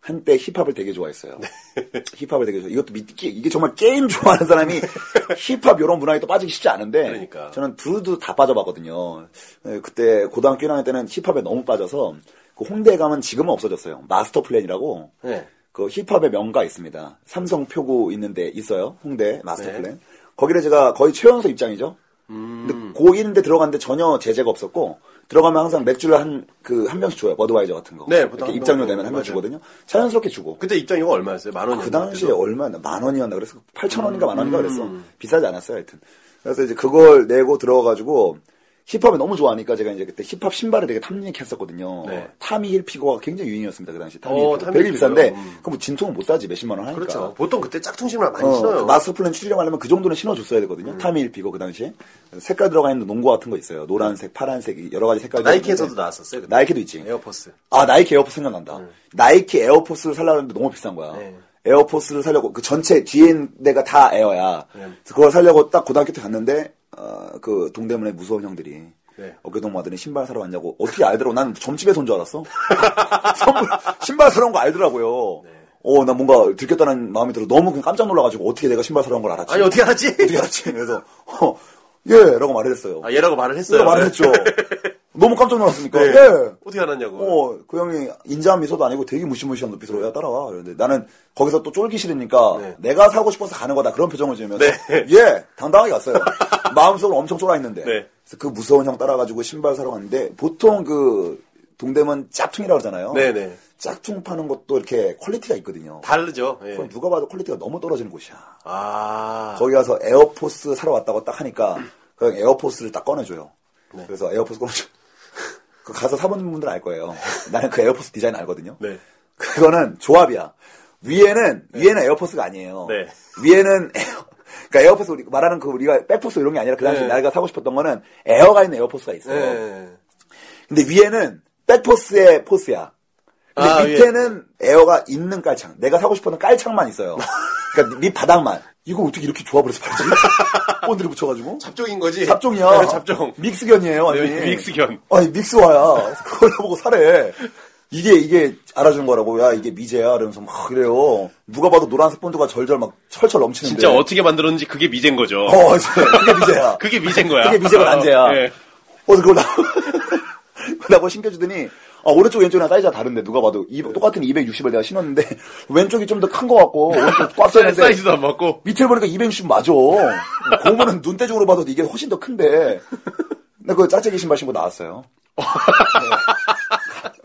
Speaker 2: 한때 힙합을 되게 좋아했어요.
Speaker 1: 네.
Speaker 2: <laughs> 힙합을 되게 좋아. 이것도 믿기 이게 정말 게임 좋아하는
Speaker 1: <laughs>
Speaker 2: 사람이 힙합 이런 문화에 또 빠지기 쉽지 않은데
Speaker 1: 그러니까.
Speaker 2: 저는 두루두루 다 빠져봤거든요. 에, 그때 고등학교 1학년 때는 힙합에 너무 빠져서 그 홍대에 가면 지금은 없어졌어요. 마스터 플랜이라고
Speaker 1: 네.
Speaker 2: 그 힙합의 명가 있습니다. 삼성 표고 있는데 있어요. 홍대 마스터
Speaker 1: 네. 음.
Speaker 2: 플랜. 거기를 제가 거의 최연소 입장이죠. 근데 고1인데 들어갔는데 전혀 제재가 없었고 들어가면 항상 맥주를 한 그 한 병씩 줘요. 버드와이저 같은 거.
Speaker 1: 네, 보통
Speaker 2: 이렇게
Speaker 1: 한
Speaker 2: 입장료
Speaker 1: 병
Speaker 2: 내면 한 병
Speaker 1: 맞아요.
Speaker 2: 주거든요. 자연스럽게 주고.
Speaker 1: 그때 입장료가 얼마였어요? 만 원이요.
Speaker 2: 그 당시에 얼마나 만 원이었나 그래서
Speaker 1: 음,
Speaker 2: 8천 원인가 만 원인가 그랬어. 비싸지 않았어요, 하여튼. 그래서 이제 그걸 내고 들어가지고 힙합을 너무 좋아하니까 제가 이제 그때 힙합 신발을 되게 탐닉했었거든요.
Speaker 1: 네.
Speaker 2: 타미 힐피거가 굉장히 유행이었습니다. 그 당시 타미
Speaker 1: 어,
Speaker 2: 힐피거.
Speaker 1: 타미
Speaker 2: 되게 비싼데
Speaker 1: 힐피거요. 음.
Speaker 2: 그럼 뭐 진통은 못 사지 몇십만 원 하니까.
Speaker 1: 그렇죠. 보통 그때 짝퉁 신발 많이
Speaker 2: 그러니까. 어,
Speaker 1: 신어요. 음.
Speaker 2: 마스터 플랜 추리려고 하려면 그 정도는 신어줬어야 되거든요. 타미 힐피거 그 당시에. 색깔 들어가 있는 농구 같은 거 있어요. 노란색, 파란색, 여러 가지 색깔.
Speaker 1: 나이키에서도 나왔었어요. 그때.
Speaker 2: 나이키도 있지.
Speaker 1: 에어포스.
Speaker 2: 아 나이키 에어포스 생각난다. 나이키 에어포스를 살려고 했는데 너무 비싼 거야.
Speaker 1: 네.
Speaker 2: 에어포스를 살려고 그 전체 뒤에 있는 데가 다 에어야.
Speaker 1: 네.
Speaker 2: 그래서 그걸 살려고 딱 고등학교 때 갔는데 어, 그 동대문에 무서운 형들이
Speaker 1: 네.
Speaker 2: 어깨 동무하더니 신발 사러 왔냐고 어떻게 알더라고 난 점집에서 온 줄 알았어. <laughs> 선물 신발 사러 온 거 알더라고요.
Speaker 1: 네.
Speaker 2: 어 나 뭔가 들켰다는 마음이 들어 너무 그냥 깜짝 놀라가지고 어떻게 내가 신발 사러 온 걸 알았지?
Speaker 1: 아니 어떻게 알았지?
Speaker 2: <laughs> 어떻게 알았지? 그래서 어, 예라고 말했어요.
Speaker 1: 아 얘라고 말을 했어요. <laughs>
Speaker 2: 내가 말했죠. 너무 깜짝 놀랐으니까
Speaker 1: 네.
Speaker 2: 예.
Speaker 1: 어떻게 알았냐고.
Speaker 2: 어, 그 형이 인자한 미소도 아니고 되게 무시무시한 눈빛으로 야 따라와 이러는데 나는 거기서 또 쫄기 싫으니까
Speaker 1: 네.
Speaker 2: 내가 사고 싶어서 가는 거다 그런 표정을 지으면서
Speaker 1: 네.
Speaker 2: 예 당당하게 갔어요 <laughs> 마음속으로 엄청 쫄아 있는데
Speaker 1: 네.
Speaker 2: 그래서 그 무서운 형 따라가지고 신발 사러 갔는데 보통 그 동대문 짝퉁이라고 하잖아요
Speaker 1: 네네.
Speaker 2: 짝퉁 파는 것도 이렇게 퀄리티가 있거든요
Speaker 1: 다르죠. 예.
Speaker 2: 그럼 누가 봐도 퀄리티가 너무 떨어지는 곳이야
Speaker 1: 아.
Speaker 2: 거기 가서 에어포스 사러 왔다고 딱 하니까 그냥 에어포스를 딱 꺼내줘요.
Speaker 1: 네.
Speaker 2: 그래서 에어포스 꺼내줘. <laughs> 그 가서 사본 분들 알 거예요. 나는 그 에어포스 디자인 알거든요.
Speaker 1: 네.
Speaker 2: 그거는 조합이야. 위에는 위에는 에어포스가 아니에요.
Speaker 1: 네.
Speaker 2: 위에는 <laughs> 에어, 그러니까 에어포스 우리 말하는 그 우리가 백포스 이런 게 아니라 그 당시
Speaker 1: 네.
Speaker 2: 내가 사고 싶었던 거는 에어가 있는 에어포스가 있어요.
Speaker 1: 예.
Speaker 2: 근데 위에는 백포스의 포스야. 근데
Speaker 1: 아,
Speaker 2: 밑에는 에어가 있는 깔창. 내가 사고 싶었던 깔창만 있어요. 그러니까 밑 바닥만. 이거 어떻게 이렇게 조합을
Speaker 1: <laughs>
Speaker 2: 해서 팔지? 본드를 붙여가지고.
Speaker 1: 잡종인 거지.
Speaker 2: 잡종이야.
Speaker 1: 네,
Speaker 2: <laughs>
Speaker 1: 잡종.
Speaker 2: 믹스견이에요, 완전히.
Speaker 1: 네, 믹스견.
Speaker 2: 아니, 믹스와야. 그걸 보고 사래. 이게, 이게, 알아준 거라고. 야, 이게 미제야. 이러면서 막, 그래요. 누가 봐도 노란색 본드가 절절 막, 철철 넘치는데.
Speaker 5: 진짜 어떻게 만들었는지 그게 미제인 거죠.
Speaker 2: 네. 어, 진짜.
Speaker 1: <laughs>
Speaker 2: 그게 미제야.
Speaker 5: 그게 미제인 거야.
Speaker 2: 그게 미제가
Speaker 1: 어.
Speaker 2: 난제야.
Speaker 5: <laughs> 예.
Speaker 2: 어서 그걸 나, <laughs> 나고 신겨주더니, 아, 오른쪽 왼쪽이랑 사이즈가 다른데, 누가 봐도. 이, 똑같은 260을 내가 신었는데, <laughs> 왼쪽이 좀 더 큰 것 같고,
Speaker 5: <laughs>
Speaker 2: 오른쪽
Speaker 5: 네,
Speaker 2: 꽉
Speaker 5: 사이-
Speaker 2: 써있는데.
Speaker 5: 사이즈도 안 맞고.
Speaker 2: 밑을 보니까 260 맞아. 고무는 눈대중으로 봐도 이게 훨씬 더 큰데. 나 그거 짝짝이 신발
Speaker 5: <laughs>
Speaker 2: 신고 나왔어요. 네.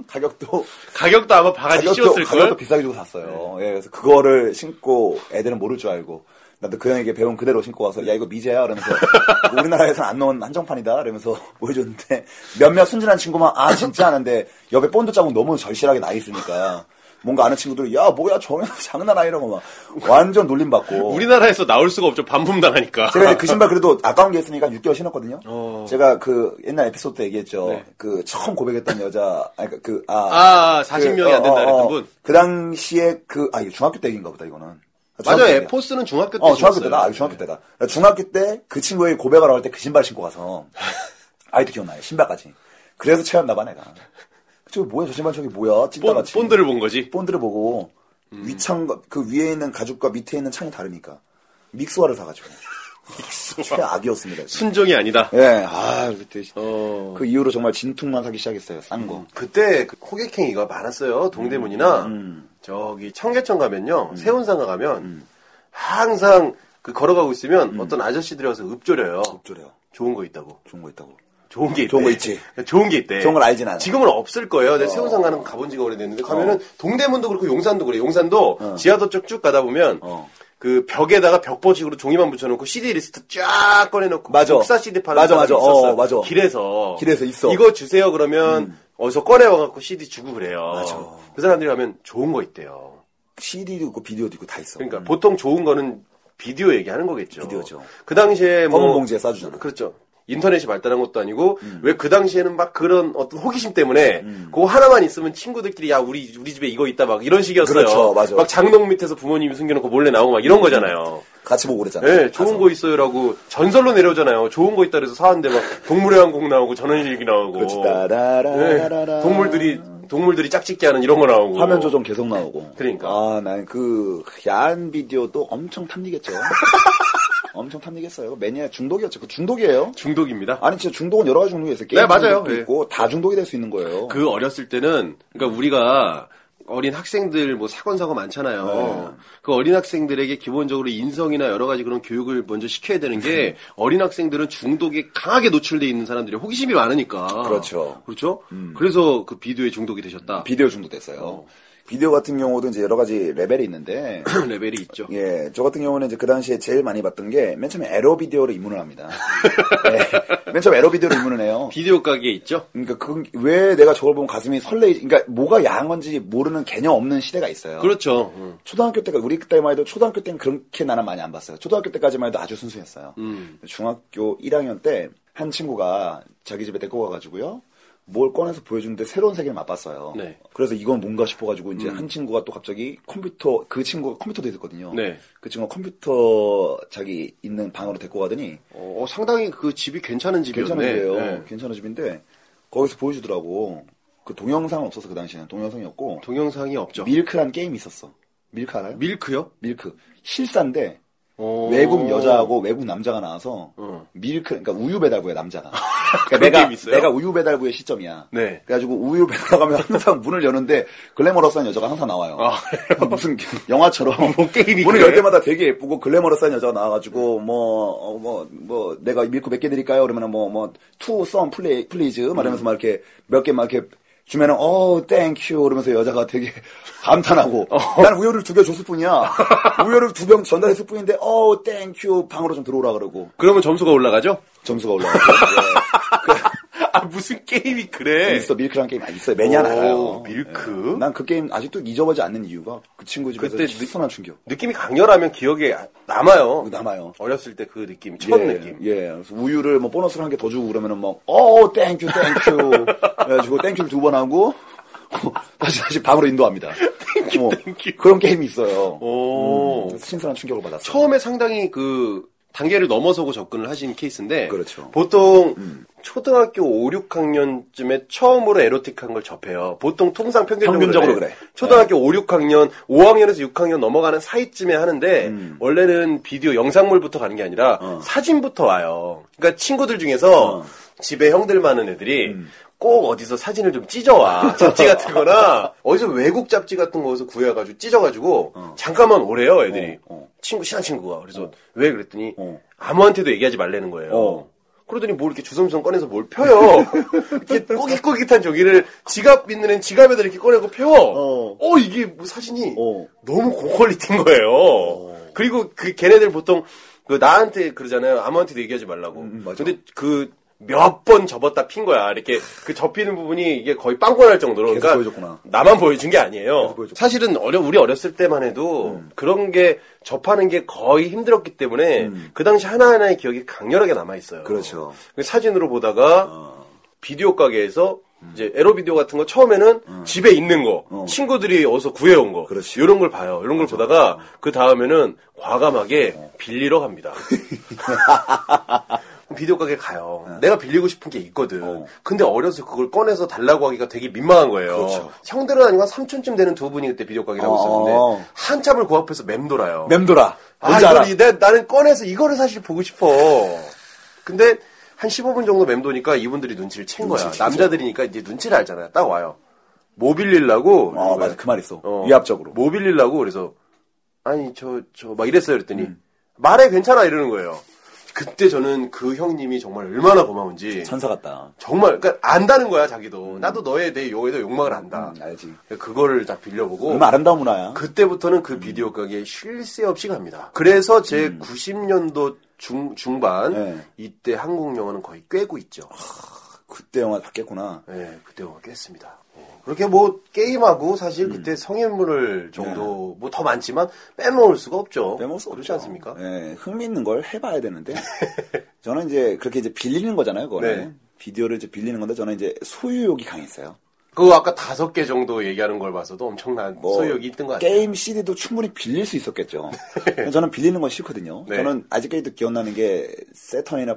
Speaker 2: 가격도,
Speaker 5: 가격도 아마 바가지
Speaker 2: 가격도,
Speaker 5: 씌웠을
Speaker 2: 가격도
Speaker 5: 걸. 네.
Speaker 2: 비싸게 주고 샀어요. 예, 그래서 그거를 신고 애들은 모를 줄 알고. 나도 그 형에게 배운 그대로 신고 와서 야 이거 미제야 이러면서 <laughs> 우리나라에선 안 나온 한정판이다 이러면서 <laughs> 보여줬는데 몇몇 순진한 친구만 아 진짜 하는데 옆에 본드 자국 너무 절실하게 나 있으니까 뭔가 아는 친구들 야 뭐야 저는 장난 아니라고 막 완전 놀림받고
Speaker 5: 우리나라에서 나올 수가 없죠. 반품 당하니까.
Speaker 2: 제가 그 신발 그래도 아까운 게 있으니까 6개월 신었거든요.
Speaker 5: 어.
Speaker 2: 제가 그 옛날 에피소드 때 얘기했죠. 그 처음 고백했던 여자, 아니, 그, 그, 아.
Speaker 5: 네. 아, 아, 40 명이 안 된다 그랬던 분.
Speaker 2: 그 당시에 그, 아, 이거 중학교 때인가 보다, 이거는. 중학교
Speaker 1: <laughs> 맞아요.
Speaker 5: 예,
Speaker 2: 때야.
Speaker 1: 에포스는 중학교 때.
Speaker 2: 어, 중학교
Speaker 1: 신었어요.
Speaker 2: 때다. 아,
Speaker 5: 네.
Speaker 2: 중학교 때다. 나 중학교 때 그 친구에게 고백하러 할 때 그 신발 신고 가서. 아이도 기억나요. 신발까지. 그래서 채웠나 봐, 내가. 저기 뭐야, 저 신발 저기 뭐야?
Speaker 5: 본,
Speaker 2: 찐따같이.
Speaker 5: 본드를 본 거지.
Speaker 2: 본드를 보고
Speaker 1: 음.
Speaker 2: 위창과 그 위에 있는 가죽과 밑에 있는 창이 다르니까
Speaker 1: <laughs>
Speaker 2: 믹스화를 사가지고 최악이었습니다. 진짜.
Speaker 5: 순종이 아니다.
Speaker 2: 예, 아 그때
Speaker 5: 어.
Speaker 2: 그 이후로 정말 진퉁만 사기 시작했어요. 싼 거.
Speaker 1: 그때 그 호객행위가 많았어요. 동대문이나
Speaker 2: 음,
Speaker 1: 저기 청계천 가면요. 세운상가 가면
Speaker 2: 음.
Speaker 1: 항상 그 걸어가고 있으면 어떤 아저씨들이 와서 읊조려요.
Speaker 2: 쫄해요.
Speaker 1: 좋은 거 있다고.
Speaker 2: 좋은 거 있다고.
Speaker 1: 좋은 게 있대.
Speaker 2: 좋은 거 있지.
Speaker 1: 좋은 게 있대.
Speaker 2: 좋은 걸 알진 않아. 어.
Speaker 1: 지금은 없을 거예요. 근데 세운상 가는 거 가본 지가 오래됐는데 가면은 동대문도 그렇고 용산도 그래. 요 용산도 지하도 쭉 쭉 가다 보면
Speaker 2: 어.
Speaker 1: 그 벽에다가 벽보식으로 종이만 붙여놓고 CD 리스트 쫙 꺼내놓고
Speaker 2: 맞아.
Speaker 1: 국사 CD 파는
Speaker 2: 맞아,
Speaker 1: 사람이
Speaker 2: 맞아.
Speaker 1: 있었어.
Speaker 2: 어, 맞아.
Speaker 1: 길에서
Speaker 2: 길에서 있어. 음.
Speaker 1: 이거 주세요 그러면 어디서 꺼내와갖고 CD 주고 그래요. 그 사람들이 가면 좋은 거 있대요.
Speaker 2: CD도 있고 비디오도 있고 다 있어.
Speaker 1: 그러니까 보통 좋은 거는 비디오 얘기하는 거겠죠.
Speaker 2: 비디오죠.
Speaker 1: 그 당시에 뭐
Speaker 2: 검은 봉지에 싸주잖아.
Speaker 1: 그렇죠. 인터넷이 발달한 것도 아니고 왜 그 당시에는 막 그런 어떤 호기심 때문에 그거 하나만 있으면 친구들끼리 야 우리 우리 집에 이거 있다 막 이런 식이었어요.
Speaker 2: 그렇죠, 맞아.
Speaker 1: 막 장롱 밑에서 부모님이 숨겨놓고 몰래 나오고 막 이런 거잖아요.
Speaker 2: 같이 보고 그랬잖아.
Speaker 1: 예, 좋은
Speaker 2: 가서.
Speaker 1: 거 있어요라고 전설로 내려오잖아요. 좋은 거 있다 그래서 사는데 막 동물의 왕국 나오고 전원일기 나오고.
Speaker 2: 그렇지. 따라라라라.
Speaker 1: 예, 동물들이 동물들이 짝짓기 하는 이런 거 나오고.
Speaker 2: 화면 조정 계속 나오고.
Speaker 1: 그러니까.
Speaker 2: 아, 난 그 야한 비디오도 엄청
Speaker 1: <laughs>
Speaker 2: 탐닉했죠. 엄청 탐닉했어요. 매니아 중독이었죠. 그 중독이에요.
Speaker 5: 중독입니다.
Speaker 2: 아니 진짜 중독은 여러 가지 중독이 있어요.
Speaker 5: 네,
Speaker 2: 게임
Speaker 5: 맞아요.
Speaker 2: 중독도
Speaker 5: 예.
Speaker 2: 있고 다 중독이 될 수 있는 거예요.
Speaker 5: 그 어렸을 때는 그러니까 우리가 어린 학생들 뭐 사건 사고 많잖아요.
Speaker 2: 네.
Speaker 5: 그 어린 학생들에게 기본적으로 인성이나 여러 가지 그런 교육을 먼저 시켜야 되는
Speaker 2: <laughs>
Speaker 5: 게 어린 학생들은 중독에 강하게 노출돼 있는 사람들이 호기심이 많으니까.
Speaker 2: 그렇죠.
Speaker 5: <clears throat> 그렇죠. 그래서 그 비디오에 중독이 되셨다.
Speaker 2: 비디오 중독됐어요. 비디오 같은 경우도 이제 여러 가지
Speaker 5: <coughs>
Speaker 2: 레벨이 있는데
Speaker 1: 레벨이 있죠.
Speaker 2: 예, 저 같은 경우는 이제 그 당시에 제일 많이 봤던 게 맨 처음에 에러 비디오로
Speaker 5: <laughs>
Speaker 2: 입문을 합니다. 예, 맨 처음에 에러 비디오로 입문을 해요.
Speaker 1: 비디오 가게에 있죠.
Speaker 2: 그러니까 그 왜 내가 저걸 보면 가슴이 설레? 그러니까 뭐가 야한 건지 모르는 개념 없는 시대가 있어요.
Speaker 1: 그렇죠. 음.
Speaker 2: 초등학교 때가 우리 그때만 해도 초등학교 때는 그렇게 나는 많이 안 봤어요. 초등학교 때까지만 해도 아주 순수했어요.
Speaker 1: 음.
Speaker 2: 중학교 1학년 때 한 친구가 자기 집에 데리고 가가지고요. 뭘 꺼내서 보여주는데 새로운 세계를 맛봤어요.
Speaker 1: 네. 음.
Speaker 2: 그래서 이건 뭔가 싶어가지고 이제 한 친구가 또 갑자기 컴퓨터 그 친구가 컴퓨터도 있었거든요.
Speaker 1: 네.
Speaker 2: 그 친구가 컴퓨터 자기 있는 방으로 데리고 가더니
Speaker 1: 어, 어, 상당히 그 집이 괜찮은 집이었네.
Speaker 2: 괜찮은 집이에요.
Speaker 1: 네.
Speaker 2: 괜찮은 집인데 거기서 보여주더라고. 그 동영상 없어서 그 당시에는 동영상이 없고
Speaker 1: 동영상이 없죠.
Speaker 2: 밀크란 게임이 있었어. 밀크 알아요?
Speaker 1: 밀크요?
Speaker 2: 밀크 실사인데
Speaker 1: 어.
Speaker 2: 외국 여자하고 외국 남자가 나와서
Speaker 1: 어.
Speaker 2: 밀크 그러니까 우유 배달부에 남자가
Speaker 1: <laughs>
Speaker 2: 그러니까
Speaker 1: 그런
Speaker 2: 내가
Speaker 1: 게임 있어요?
Speaker 2: 내가 우유 배달부의 시점이야.
Speaker 1: 네.
Speaker 2: 그래가지고 우유 배달하면 항상 문을 여는데 글래머러스한 여자가 항상 나와요.
Speaker 1: 아, <laughs>
Speaker 2: 무슨 영화처럼
Speaker 1: 뭐 게임이
Speaker 2: 문을
Speaker 1: 그래?
Speaker 2: 열 때마다 되게 예쁘고 글래머러스한 여자가 나와가지고 뭐 뭐 뭐 내가 밀크 몇 개 드릴까요? 그러면은 뭐, 뭐뭐투썸 플레이 플리즈
Speaker 1: 음.
Speaker 2: 말하면서 막 이렇게 몇 개 막 이렇게 주면은 어 땡큐 그러면서 여자가 되게 <laughs> 감탄하고
Speaker 1: 어.
Speaker 2: 난 우유를 두 개 줬을 뿐이야 우유를 두 병 전달했을 뿐인데 어 땡큐 방으로 좀 들어오라 그러고
Speaker 1: 그러면
Speaker 5: <laughs>
Speaker 1: 점수가 올라가죠? <laughs>
Speaker 2: 점수가 올라가고
Speaker 1: 아, 무슨 게임이 그래?
Speaker 2: 있어 예, 밀크라는 게임 안 있어요. 매니아 알아요.
Speaker 1: 밀크?
Speaker 2: 난 그 게임 아직도 잊어버지 않는 이유가 그 친구 집에서
Speaker 1: 그때
Speaker 2: 신선한 충격.
Speaker 1: 느낌이 강렬하면 기억에 남아요.
Speaker 2: 남아요.
Speaker 1: 어렸을 때 그 느낌, 첫
Speaker 2: 예,
Speaker 1: 느낌.
Speaker 2: 예. 그래서 우유를 뭐 보너스를 한 개 더 주고 그러면은 막 어, 땡큐,
Speaker 1: <laughs>
Speaker 2: 땡큐. 그래가지고 땡큐를 두 번 하고 <laughs> 다시 다시 방으로 인도합니다. 뭐 그런 게임이 있어요. 음,
Speaker 1: 오.
Speaker 2: 그래서 신선한 충격을 받았어요.
Speaker 1: 처음에 상당히 그 단계를 넘어서고 접근을 하신 케이스인데
Speaker 2: 그렇죠.
Speaker 1: 보통 초등학교 5, 6학년쯤에 처음으로 에로틱한 걸 접해요. 보통 통상 평균적으로,
Speaker 2: 평균적으로 그래.
Speaker 1: 초등학교 5, 6학년, 5학년에서 6학년 넘어가는 사이쯤에 하는데
Speaker 2: 음.
Speaker 1: 원래는 비디오 영상물부터 가는 게 아니라
Speaker 2: 어.
Speaker 1: 사진부터 와요. 그러니까 친구들 중에서 집에 형들 많은 애들이
Speaker 2: 음.
Speaker 1: 꼭 어디서 사진을 좀
Speaker 2: <laughs>
Speaker 1: 찢어와 잡지 같은 거나 어디서 외국 잡지 같은 거에서 구해가지고 찢어가지고 잠깐만 오래요 애들이
Speaker 2: 어, 어.
Speaker 1: 친구 친한 친구가 그래서 왜 그랬더니
Speaker 2: 어.
Speaker 1: 아무한테도 얘기하지 말라는 거예요.
Speaker 2: 어.
Speaker 1: 그러더니 뭘 이렇게 주섬주섬 꺼내서 뭘
Speaker 2: <laughs>
Speaker 1: 펴요. 이렇게 꼬깃꼬깃한 저기를 지갑 있는 애는 지갑에다 이렇게 꺼내고 펴.
Speaker 2: 어.
Speaker 1: 어, 이게 뭐 사진이
Speaker 2: 어.
Speaker 1: 너무 고퀄리티인 거예요. 그리고 그 걔네들 보통 그 나한테 그러잖아요. 아무한테도 얘기하지 말라고.
Speaker 2: 음, 맞아.
Speaker 1: 근데 그 몇 번 접었다 핀 거야. 이렇게 그 접히는 부분이 이게 거의 빵꾸 날 정도로.
Speaker 2: 계속
Speaker 1: 그러니까
Speaker 2: 보여줬구나.
Speaker 1: 나만 보여준 게 아니에요.
Speaker 2: 보여줬구나.
Speaker 1: 사실은 어려 우리 어렸을 때만 해도
Speaker 2: 음.
Speaker 1: 그런 게 접하는 게 거의 힘들었기 때문에 그 당시 하나하나의 기억이 강렬하게 남아 있어요.
Speaker 2: 음. 그렇죠. 어.
Speaker 1: 사진으로 보다가 비디오 가게에서 이제 에로 비디오 같은 거 처음에는 집에 있는 거 친구들이 어디서 구해온 거
Speaker 2: 어. 그렇지. 어.
Speaker 1: 이런 걸 봐요. 이런 걸 보다가 그 다음에는 과감하게 빌리러 갑니다.
Speaker 2: 그렇죠.
Speaker 1: 비디오 가게 가요.
Speaker 2: 네.
Speaker 1: 내가 빌리고 싶은 게 있거든. 근데 어려서 그걸 꺼내서 달라고 하기가 되게 민망한 거예요. 형들은 아니고 한 삼촌쯤 되는 두 분이 그때 비디오 가게를 하고
Speaker 2: 그렇죠. 어.
Speaker 1: 있었는데 한참을 그 앞에서 맴돌아요.
Speaker 2: 맴돌아.
Speaker 1: 아,
Speaker 2: 뭔지 알아.
Speaker 1: 이걸, 내, 나는 꺼내서 이거를 사실 보고 싶어. 근데 한 15분 정도 맴도니까 이분들이 눈치를 챈 거야.
Speaker 2: 채죠.
Speaker 1: 남자들이니까 이제 눈치를 알잖아요. 딱 와요. 뭐 빌릴라고?
Speaker 2: 어, 맞아. 그 말 있어. 위압적으로.
Speaker 1: 뭐 빌릴라고? 그래서, 아니, 저, 저, 막 이랬어요. 그랬더니,
Speaker 2: 음.
Speaker 1: 말해, 괜찮아. 이러는 거예요. 그때 저는 그 형님이 정말 얼마나 고마운지.
Speaker 2: 천사 같다.
Speaker 1: 정말, 그니까, 안다는 거야, 자기도. 나도 너에 대해 요에 대해 욕망을 안다. 그러니까
Speaker 2: 음, 알지.
Speaker 1: 그거를 딱 빌려보고.
Speaker 2: 얼마나 음. 아름다운 문화야.
Speaker 1: 그때부터는 그 비디오 가게에 쉴 새 없이 갑니다. 그래서 제 90년도 중, 중반,
Speaker 2: 음. 네.
Speaker 1: 이때 한국 영화는 거의 꿰고 있죠.
Speaker 2: 그때 영화 봤겠구나.
Speaker 1: 예, 그때 영화 꿰습니다. 예. 그렇게 뭐, 게임하고 사실
Speaker 2: 음.
Speaker 1: 그때 성인물 정도, 뭐 더 많지만, 빼먹을 수가 없죠.
Speaker 2: 네. 빼먹을 수
Speaker 1: 그렇지
Speaker 2: 없죠.
Speaker 1: 않습니까?
Speaker 2: 예, 흥미있는 걸 해봐야 되는데 저는 이제 그렇게 이제 빌리는 거잖아요. 그거는
Speaker 1: 네.
Speaker 2: 비디오를 이제 빌리는 건데 저는 이제 소유욕이 강했어요.
Speaker 1: 그거 아까 다섯 개 정도 얘기하는 걸 봐서도 엄청난 소유욕이 있던 것 같아요.
Speaker 2: 뭐 게임 CD도 충분히 빌릴
Speaker 1: <laughs>
Speaker 2: 수 있었겠죠. 저는 빌리는 건 싫거든요.
Speaker 1: 네.
Speaker 2: 저는 아직까지도 기억나는 게 세턴이나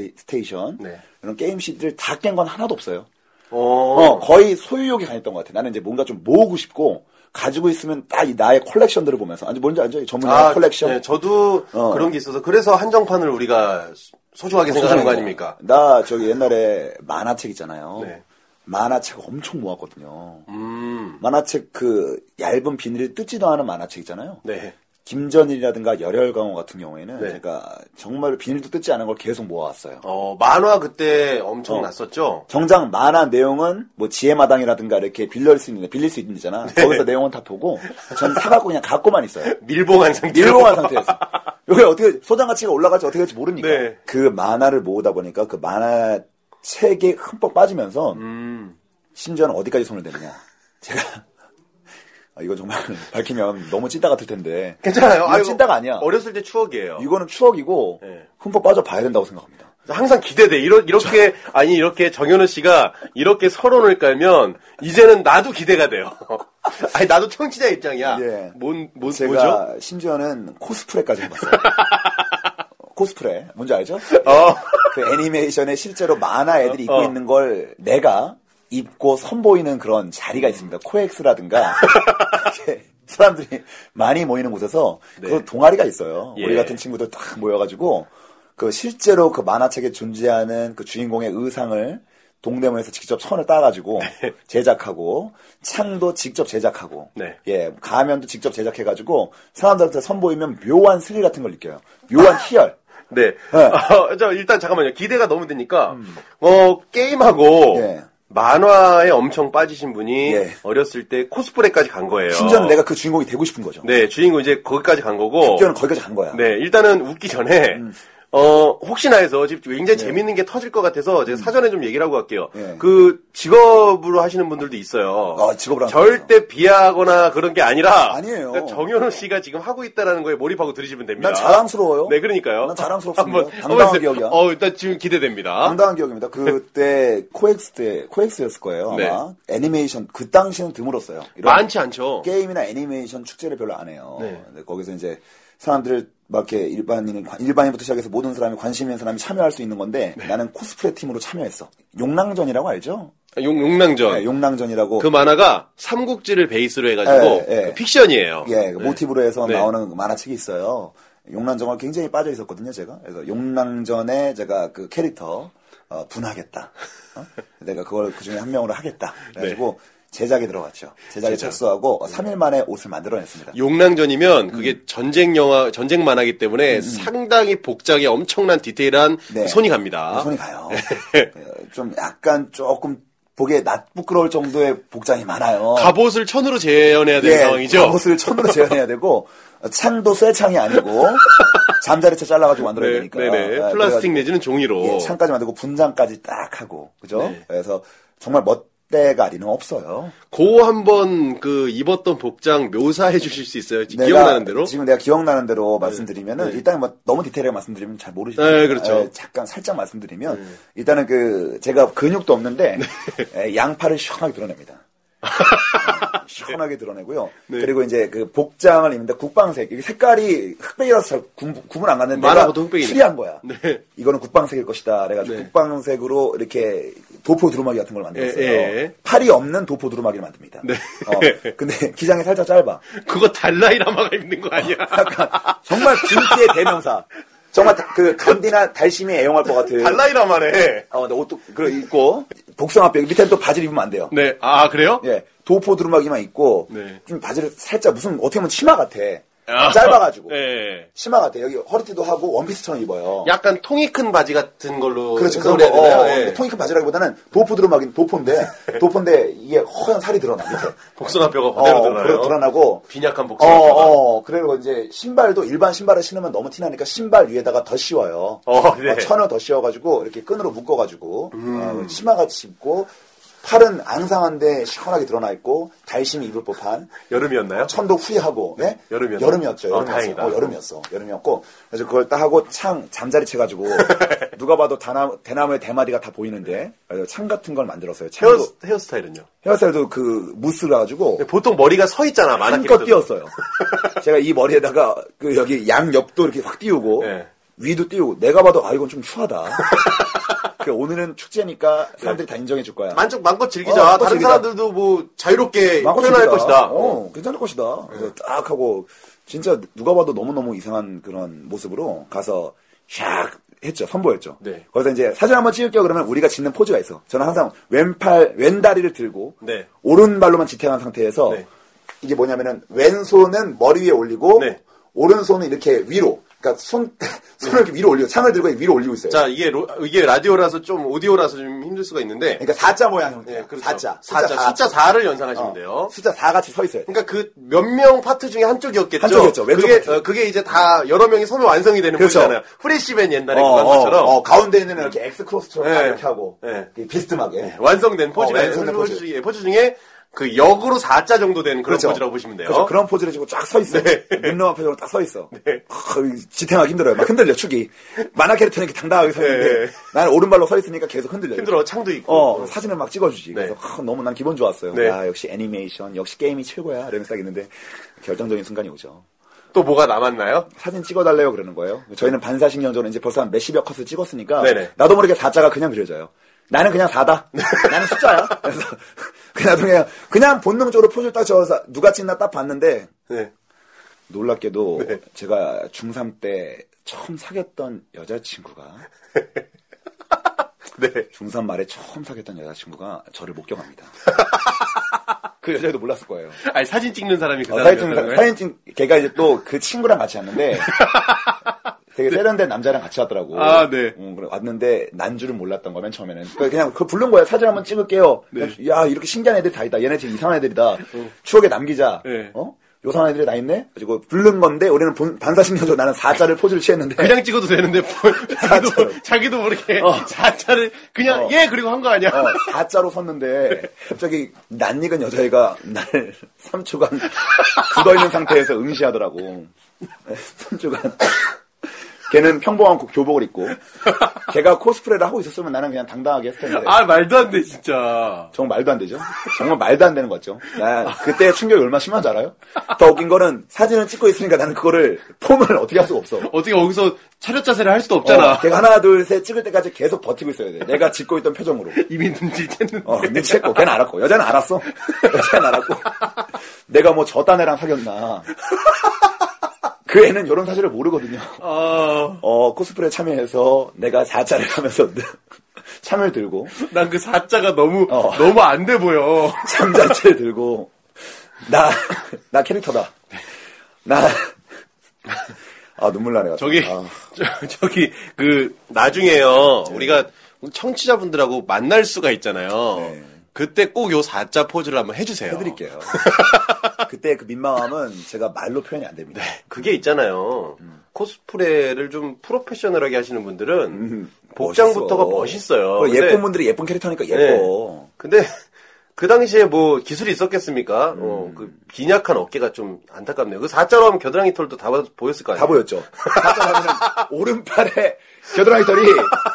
Speaker 2: 플레이스테이션
Speaker 1: 네.
Speaker 2: 이런 게임 CD를 다 깬 건 하나도 없어요.
Speaker 1: 어,
Speaker 2: 어, 거의 소유욕이 강했던 것 같아. 나는 이제 뭔가 좀 모으고 싶고 가지고 있으면 딱 이 나의 컬렉션들을 보면서 아니 뭔지 알죠? 전문 영화 컬렉션.
Speaker 1: 네, 저도
Speaker 2: 어.
Speaker 1: 그런 게 있어서, 그래서 한정판을 우리가 소중하게 생각하는 거 아닙니까?
Speaker 2: 어, 나 저기 옛날에 만화책 있잖아요.
Speaker 1: 네.
Speaker 2: 만화책 엄청 모았거든요.
Speaker 1: 음,
Speaker 2: 만화책 그 얇은 비닐을 뜯지도 않은 만화책 있잖아요.
Speaker 1: 네.
Speaker 2: 김전일이라든가 열혈강호 같은 경우에는
Speaker 1: 네.
Speaker 2: 제가 정말 비닐도 뜯지 않은 걸 계속 모아왔어요.
Speaker 1: 어, 만화 그때
Speaker 2: 어.
Speaker 1: 엄청 났었죠?
Speaker 2: 정작 만화 내용은 뭐 지혜마당이라든가 이렇게 빌릴 수 있는 빌릴 수 있는 데잖아.
Speaker 1: 네.
Speaker 2: 거기서 내용은 다 보고 전 사갖고 그냥
Speaker 1: <laughs>
Speaker 2: 갖고만 있어요.
Speaker 1: 밀봉한 상태.
Speaker 2: 일봉한 상태였어. 이게 어떻게 소장 가치가 올라갈지 어떻게 될지 모르니까
Speaker 1: 뭐- 네.
Speaker 2: 그 만화를 모으다 보니까 그 만화 책에 흠뻑 빠지면서
Speaker 1: 음.
Speaker 2: 심지어는 어디까지 손을 대느냐. 제가 아, 이건 정말 <laughs> 밝히면 너무 찐따 같을 텐데.
Speaker 1: <laughs> 괜찮아요.
Speaker 2: 이건
Speaker 1: 아이고,
Speaker 2: 찐따가 아니야.
Speaker 1: 어렸을 때 추억이에요.
Speaker 2: 이거는 추억이고
Speaker 1: 네.
Speaker 2: 흠뻑 빠져 봐야 된다고 생각합니다.
Speaker 1: 항상 기대돼. 이러, 이렇게, 아니, 이렇게 정현우 씨가 이렇게 서론을 깔면, 이제는 나도 기대가 돼요. <laughs> 아니, 나도 청취자 입장이야.
Speaker 2: 예.
Speaker 1: 뭔, 뭐,
Speaker 2: 제가
Speaker 1: 뭐죠?
Speaker 2: 심지어는
Speaker 1: <laughs>
Speaker 2: 코스프레까지 해봤어요. 어, 코스프레 뭔지 알죠?
Speaker 1: 어.
Speaker 2: 그 애니메이션에 실제로 만화 애들이 입고
Speaker 1: 어.
Speaker 2: 있는 걸 내가 입고 선보이는 그런
Speaker 1: 음.
Speaker 2: 자리가 있습니다. 코엑스라든가 <laughs> 이렇게 사람들이 많이 모이는 곳에서 그 동아리가 있어요.
Speaker 1: 네. 예.
Speaker 2: 우리 같은 친구들 딱 모여가지고 그 실제로 그 만화책에 존재하는 그 주인공의 의상을 동대문에서 직접 천을
Speaker 1: <laughs>
Speaker 2: 따가지고 제작하고 창도 직접 제작하고
Speaker 1: 네.
Speaker 2: 예 가면도 직접 제작해가지고 사람들한테 선보이면 묘한 스릴 같은 걸 느껴요. 묘한 희열.
Speaker 1: 네.
Speaker 2: 네.
Speaker 1: 어, 저 일단 잠깐만요. 기대가 너무 되니까 어 게임하고
Speaker 2: 음. 예.
Speaker 1: 만화에 엄청 빠지신 분이
Speaker 2: 예.
Speaker 1: 어렸을 때 코스프레까지 간 거예요.
Speaker 2: 심지어는 내가 그 주인공이 되고 싶은 거죠.
Speaker 1: 네 주인공 이제 거기까지 간 거고.
Speaker 2: 학교는 거기까지 간 거야.
Speaker 1: 네 일단은 웃기 전에
Speaker 2: 음.
Speaker 1: 어 혹시나 해서 지금
Speaker 2: 네.
Speaker 1: 굉장히 재밌는 게 터질 것 같아서
Speaker 2: 음.
Speaker 1: 제가 사전에 좀 얘기를 하고 갈게요.
Speaker 2: 예.
Speaker 1: 그 직업으로 하시는 분들도 있어요.
Speaker 2: 아, 직업으로 하는
Speaker 1: 절대 비하하거나 그런 게 아니라
Speaker 2: 아니에요.
Speaker 1: 그러니까 정현우 씨가 지금 하고 있다라는 거에 몰입하고 들으시면 됩니다.
Speaker 2: 난
Speaker 1: 아,
Speaker 2: 자랑스러워요.
Speaker 1: 네, 그러니까요.
Speaker 2: 난 자랑스럽습니다.
Speaker 1: 한번,
Speaker 2: 당당한
Speaker 1: 한번 해주세요.
Speaker 2: 기억이야.
Speaker 1: 어, 아? 일단 지금 기대됩니다.
Speaker 2: 당당한 기억입니다. 그때 코엑스 때 코엑스였을 거예요.
Speaker 1: 네.
Speaker 2: 아마 애니메이션 그 당시는 드물었어요. 이런
Speaker 5: 많지 않죠.
Speaker 2: 게임이나 애니메이션 축제를 별로 안 해요. 근데 거기서 이제 사람들을 막 이렇게 일반인 일반인부터 시작해서 모든 사람이 관심 있는 사람이 참여할 수 있는 건데
Speaker 1: 네.
Speaker 2: 나는 코스프레 팀으로 참여했어. 용랑전이라고 알죠?
Speaker 5: 용,
Speaker 1: 어.
Speaker 5: 용랑전.
Speaker 2: 네, 용랑전이라고
Speaker 5: 그 만화가 삼국지를 베이스로 해가지고
Speaker 2: 예,
Speaker 1: 그
Speaker 2: 예.
Speaker 5: 픽션이에요.
Speaker 2: 예, 그 모티브로 해서
Speaker 5: 네.
Speaker 2: 나오는 그 만화책이 있어요. 용랑전을 굉장히 빠져 있었거든요, 제가. 그래서 용랑전에 제가 그 캐릭터 어, 분하겠다. 어? 내가 그걸 그 중에 한 명으로 하겠다. 그래가지고
Speaker 5: 네.
Speaker 2: 제작에 들어갔죠. 제작에 착수하고 3일 만에 옷을 만들어냈습니다. 음.
Speaker 5: 용랑전이면 그게 전쟁 영화, 전쟁 만화기 때문에 상당히 복장에 엄청난 디테일한
Speaker 2: 네.
Speaker 5: 손이 갑니다.
Speaker 2: 손이 가요.
Speaker 5: 네.
Speaker 2: 어, 좀 약간 조금 보기에 낯부끄러울 정도의 복장이 많아요.
Speaker 5: 어. 갑옷을 천으로 재현해야 되는 상황이죠.
Speaker 2: 예, 갑옷을 천으로 재현해야 되고 어, 창도 쇠 창이 아니고 잠자리채 잘라가지고 만들어야
Speaker 5: 네,
Speaker 2: 되니까.
Speaker 5: 네네.
Speaker 2: 예,
Speaker 5: 플라스틱
Speaker 2: 그래가지고
Speaker 5: 내지는 종이로. 네.
Speaker 2: 예, 창까지 만들고 분장까지 딱 하고 그죠? 그래서 정말 멋대가리는 없어요.
Speaker 5: 고 한번 그 입었던 복장 묘사해 주실 수 있어요? 지-
Speaker 2: 내가
Speaker 5: 기억나는 대로?
Speaker 2: 지금 내가 기억나는 대로 말씀드리면은 일단 뭐 너무 디테일하게 말씀드리면 잘 모르시죠.
Speaker 5: 네, 그렇죠. 네.
Speaker 2: 예, 잠깐 살짝 말씀드리면 일단은 그 제가 근육도 없는데 예, 양팔을 시원하게 드러냅니다. 예, 시원하게 드러내고요.
Speaker 5: 네.
Speaker 2: 그리고 이제 그 복장을 입는데 국방색 이게 색깔이 흑백이라서 잘 구, 문안 갔는데 내가
Speaker 5: 만화가도 흑백이네. 네.
Speaker 2: 추리한 거야. 이거는 국방색일 것이다. 그래가지고 국방색으로 이렇게 도포 두루마기 같은 걸 만들었어요.
Speaker 5: 예, 네. 예.
Speaker 2: 팔이 없는 도포 두루마기를 만듭니다. 어, 근데 기장이 살짝 짧아.
Speaker 5: 그거 달라이라마가 입는 거 아니야?
Speaker 2: <laughs>
Speaker 5: <laughs>
Speaker 2: 약간 정말 빈티의 대명사. 정말 다- 그 간디나 달심이 애용할 것 같은.
Speaker 5: 달라이라마네.
Speaker 2: 어, 근데 옷도 그래 입고 복성 앞에 밑에는 또 바지를 입으면 안 돼요.
Speaker 5: 네, 아, 그래요?
Speaker 2: 예, 도포 두루마기만 입고
Speaker 5: 네.
Speaker 2: 좀 바지를 살짝 무슨 어떻게 보면 치마 같아.
Speaker 5: 아.
Speaker 2: 짧아가지고
Speaker 5: 네.
Speaker 2: 치마 같아. 여기 허리띠도 하고 원피스처럼 입어요.
Speaker 5: 약간 통이 큰 바지 같은 걸로.
Speaker 2: 그렇죠. 그런
Speaker 5: 해석을
Speaker 2: 거,
Speaker 5: 해야 되나요?
Speaker 2: 어,
Speaker 5: 예.
Speaker 2: 통이큰 바지라기보다는 도포 두루마기는 도포인데 도포인데 이게 허연 살이 드러나 밑에.
Speaker 5: 복숭아뼈가 그대로
Speaker 2: 어,
Speaker 5: 드러나요.
Speaker 2: 그대로 드러나고
Speaker 5: 빈약한
Speaker 2: 어,
Speaker 5: 복숭아뼈가.
Speaker 2: 어, 그리고 이제 신발도 일반 신발을 신으면 너무 티나니까 신발 위에다가 더 씌워요.
Speaker 5: 어, 네.
Speaker 2: 천을 더 씌워가지고 이렇게 끈으로 묶어가지고
Speaker 5: 음.
Speaker 2: 어, 치마같이 입고 팔은 앙상한데 시원하게 드러나 있고 달심이 입을 법한
Speaker 5: 여름이었나요?
Speaker 2: 천도 후리하고 네?
Speaker 5: 여름이었나?
Speaker 2: 여름이었죠.
Speaker 5: 어,
Speaker 2: 여름이었어.
Speaker 5: 다행이다.
Speaker 2: 어, 여름이었어. 여름이었고 그래서 그걸 딱 하고 창 잠자리 채가지고
Speaker 5: <laughs>
Speaker 2: 누가 봐도 다나, 대나무의 대마디가 다 보이는데 그래서 창 같은 걸 만들었어요.
Speaker 5: 헤어,
Speaker 2: 창도
Speaker 5: 헤어스타일은요?
Speaker 2: 헤어스타일도 그 무스라 가지고
Speaker 5: 보통 머리가 서 있잖아, 많은
Speaker 2: 한껏 띄웠어요. 제가 이 머리에다가 그 여기 양 옆도 이렇게 확 띄우고
Speaker 5: 네.
Speaker 2: 위도 띄우고 내가 봐도 아 이건 좀 추하다. <laughs> 그래, 오늘은 축제니까 사람들이 다 인정해 줄 거야.
Speaker 5: 만족, 만껏 즐기자.
Speaker 2: 어, 만껏
Speaker 5: 다른
Speaker 2: 즐기자.
Speaker 5: 사람들도 뭐 자유롭게
Speaker 2: 망고
Speaker 5: 표현할
Speaker 2: 치기다.
Speaker 5: 것이다.
Speaker 2: 어, 괜찮을 것이다. 그래서 딱 하고 진짜 누가 봐도 너무 너무 이상한 그런 모습으로 가서 샥 했죠. 선보였죠.
Speaker 5: 네.
Speaker 2: 거기서 이제 사진 한번 찍을게요. 그러면 우리가 짓는 포즈가 있어. 저는 항상 왼팔 왼다리를 들고
Speaker 5: 네.
Speaker 2: 오른발로만 지탱한 상태에서
Speaker 5: 네.
Speaker 2: 이게 뭐냐면은 왼손은 머리 위에 올리고
Speaker 5: 네.
Speaker 2: 오른손은 이렇게 위로, 그러니까 손 <laughs> 손을 이렇게 위로 올리고 창을 들고 위로 올리고 있어요.
Speaker 1: 자, 이게 로- 이게 라디오라서 좀 오디오라서 좀 힘들 수가 있는데
Speaker 2: 그러니까 사자 모양 형태.
Speaker 1: 예, 그렇죠.
Speaker 2: 사자, 어.
Speaker 1: 사자, 숫자 4를 연상하시면 돼요.
Speaker 2: 숫자 4 같이 서 있어야 돼.
Speaker 1: 그러니까 그 몇 명 파트 중에 한쪽이었겠죠.
Speaker 2: 한쪽이었죠. 왼쪽
Speaker 1: 그게
Speaker 2: 파트.
Speaker 1: 어, 그게 이제 다 여러 명이 서면 완성이 되는
Speaker 2: 그렇죠.
Speaker 1: 거잖아요. 후레쉬맨 옛날에
Speaker 2: 어,
Speaker 1: 그거 한
Speaker 2: 어,
Speaker 1: 것처럼
Speaker 2: 어, 가운데 있는 이렇게 X 크로스처럼 딱
Speaker 1: 예.
Speaker 2: 이렇게 하고
Speaker 1: 예.
Speaker 2: 이렇게 비스듬하게.
Speaker 1: 완성된 포즈,
Speaker 2: 어, 완성된
Speaker 1: 포즈,
Speaker 2: 포즈.
Speaker 1: 중에- 포즈 중에 그 역으로 4자 정도 되는 그런 포즈라고 보시면 돼요. 네.
Speaker 2: 그렇죠. 그런 포즈를 지고 쫙 서 있어. 눈나와 표정으로 딱 서 있어. 아, 이 지탱하기 힘들어요. 막 흔들려, 축이. 만화 캐릭터는 이렇게 당당하게 서
Speaker 1: 네.
Speaker 2: 있는데, 나는 오른발로 서 있으니까 계속 흔들려요.
Speaker 1: 힘들어 차도 있고.
Speaker 2: 어, 사진을 막 찍어주지.
Speaker 1: 네.
Speaker 2: 그래서 아, 너무 난 기분 좋았어요.
Speaker 1: 네.
Speaker 2: 아, 역시 애니메이션, 역시 게임이 최고야. 이러면서 딱 있는데, 결정적인 순간이 오죠.
Speaker 1: 또 뭐가 남았나요?
Speaker 2: 사진 찍어달래요 그러는 거예요. 저희는 반사신경 전에 이제 벌써 한 몇십여 컷을 찍었으니까
Speaker 1: 네네.
Speaker 2: 나도 모르게 4자가 그냥 그려져요. 나는 그냥 4다. 나는
Speaker 1: <laughs>
Speaker 2: 숫자야. 그래서 그냥 나중에 그냥 본능적으로 포즈를 딱 저어서 누가 찍나 딱 봤는데
Speaker 1: 네.
Speaker 2: 놀랍게도 제가 중3 때 처음 사귀었던 여자친구가
Speaker 1: 네.
Speaker 2: 중3 말에 처음 사귀었던 여자친구가 저를
Speaker 1: <laughs>
Speaker 2: 목격합니다. 그 여자애도 몰랐을 거예요.
Speaker 1: 아니 사진 찍는 사람이 그
Speaker 2: 어, 사진
Speaker 1: 사람이었다는
Speaker 2: 찍는 사람,
Speaker 1: 거예요?
Speaker 2: 사진 찍, 걔가 이제 또 그 친구랑 같이
Speaker 1: <laughs>
Speaker 2: 왔는데, 되게 세련된 남자랑 같이 왔더라고.
Speaker 1: 네. 아, 네.
Speaker 2: 음, 그래, 왔는데, 난 줄은 몰랐던 거야, 맨 처음에는. 그냥그 부른 거야. 사진 한번 찍을게요.
Speaker 1: 네.
Speaker 2: 야, 이렇게 신기한 애들 다 있다. 얘네 지금 이상한 애들이다. 추억에 남기자.
Speaker 1: 어. 네.
Speaker 2: 어? 요상한 애들이 다 있네? 그리고 부른 건데, 우리는 본- 반사신경으로 나는 4자를 포즈를
Speaker 1: <laughs>
Speaker 2: 취했는데.
Speaker 1: 그냥 찍어도 되는데 뭐, 자기도
Speaker 2: 사자로.
Speaker 1: 자기도 모르게 자자를 그냥
Speaker 2: 어.
Speaker 1: 예 그리고 한 거 아니야?
Speaker 2: 어, 4자로 섰는데, 갑자기 낯익은 여자애가 날 <laughs> 3초간 굳어있는 상태에서 응시하더라고. 3초간. 걔는 평범한 고- 교복을 입고, 걔가 코스프레를 하고 있었으면 나는 그냥 당당하게 했을
Speaker 1: <laughs>
Speaker 2: 텐데.
Speaker 1: 아 말도 안 돼 진짜.
Speaker 2: 정말 말도 안 되죠? 정말 말도 안 되는 것 같죠? 나 그때 충격이 얼마나 심한지 알아요? 더 웃긴 거는 사진을 찍고 있으니까 나는 그거를 폼을 어떻게 할 수가 없어.
Speaker 1: 어떻게 거기서 차렷 자세를 할 수도 없잖아.
Speaker 2: 어, 걔가 하나, 둘, 셋 찍을 때까지 계속 버티고 있어야 돼. 내가 짓고 있던 표정으로.
Speaker 1: 이미 눈치챘는데.
Speaker 2: 어, 눈치챘고, 걔는 알았고, 여자는 알았어. 여자는 알았고. 내가 뭐 저딴 애랑 사귀었나. 그 애는 이런 사실을 모르거든요.
Speaker 1: 아,
Speaker 2: 어, 코스프레 참여해서 내가 4자를 하면서 <laughs> 참을 들고,
Speaker 1: 난 그 사자가 너무
Speaker 2: 어.
Speaker 1: 너무 안 돼 보여.
Speaker 2: 참자체를 들고, 나, 나 캐릭터다. 나, 아, 눈물 나네.
Speaker 1: 저기
Speaker 2: 아,
Speaker 1: 저, 저기 그 어. 네. 나중에요. 우리가 청취자분들하고 만날 수가 있잖아요.
Speaker 2: 네.
Speaker 1: 그때 꼭 요 사자 포즈를 한번 해주세요.
Speaker 2: 해드릴게요. 그때 그 민망함은 제가 말로 표현이 안 됩니다.
Speaker 1: 그게 있잖아요.
Speaker 2: 음.
Speaker 1: 코스프레를 좀 프로페셔널하게 하시는 분들은 복장부터가 멋있어. 요
Speaker 2: 음,
Speaker 1: 네.
Speaker 2: 그리고 예쁜 분들이 예쁜 캐릭터니까 예뻐.
Speaker 1: 근데 그 당시에 뭐 기술이 있었겠습니까?
Speaker 2: 음.
Speaker 1: 어, 그 빈약한 어깨가 좀 안타깝네요. 그 사자로 하면 겨드랑이 털도 다 보였을 거 아니에요.
Speaker 2: 다 보였죠.
Speaker 1: <laughs>
Speaker 2: 사자라면 오른팔에 겨드랑이 털이.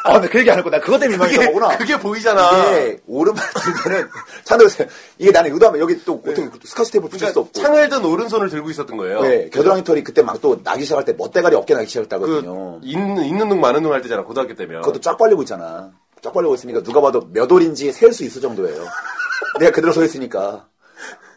Speaker 2: 아, 근데 그 얘기 안 했고, 나 그것 때문에
Speaker 1: <laughs>
Speaker 2: 민망했던 거구나.
Speaker 1: 그게 뭐 보이잖아. 그러니까
Speaker 2: 이게 오른팔 들면은 찾아보세요. 이게 나는 의도하면 여기 또 어떻게 스카치 테이프 붙일
Speaker 1: 네.
Speaker 2: 수
Speaker 1: 그러니까
Speaker 2: 없고.
Speaker 1: 창을 든 오른손을 들고 있었던 거예요.
Speaker 2: 네, 겨드랑이 털이 그때 막 또 나기 시작할 때 멋대가리 어깨 나기
Speaker 1: 그
Speaker 2: 시작했다거든요.
Speaker 1: 있는 있는 둥 많은 둥 할 때잖아. 고등학교 때면.
Speaker 2: 그것도 쫙 벌리고 있잖아. 쫙 벌리고 있으니까 누가 봐도 몇 올인지 셀 수 있을 정도예요. 내가 그대로 서 있으니까.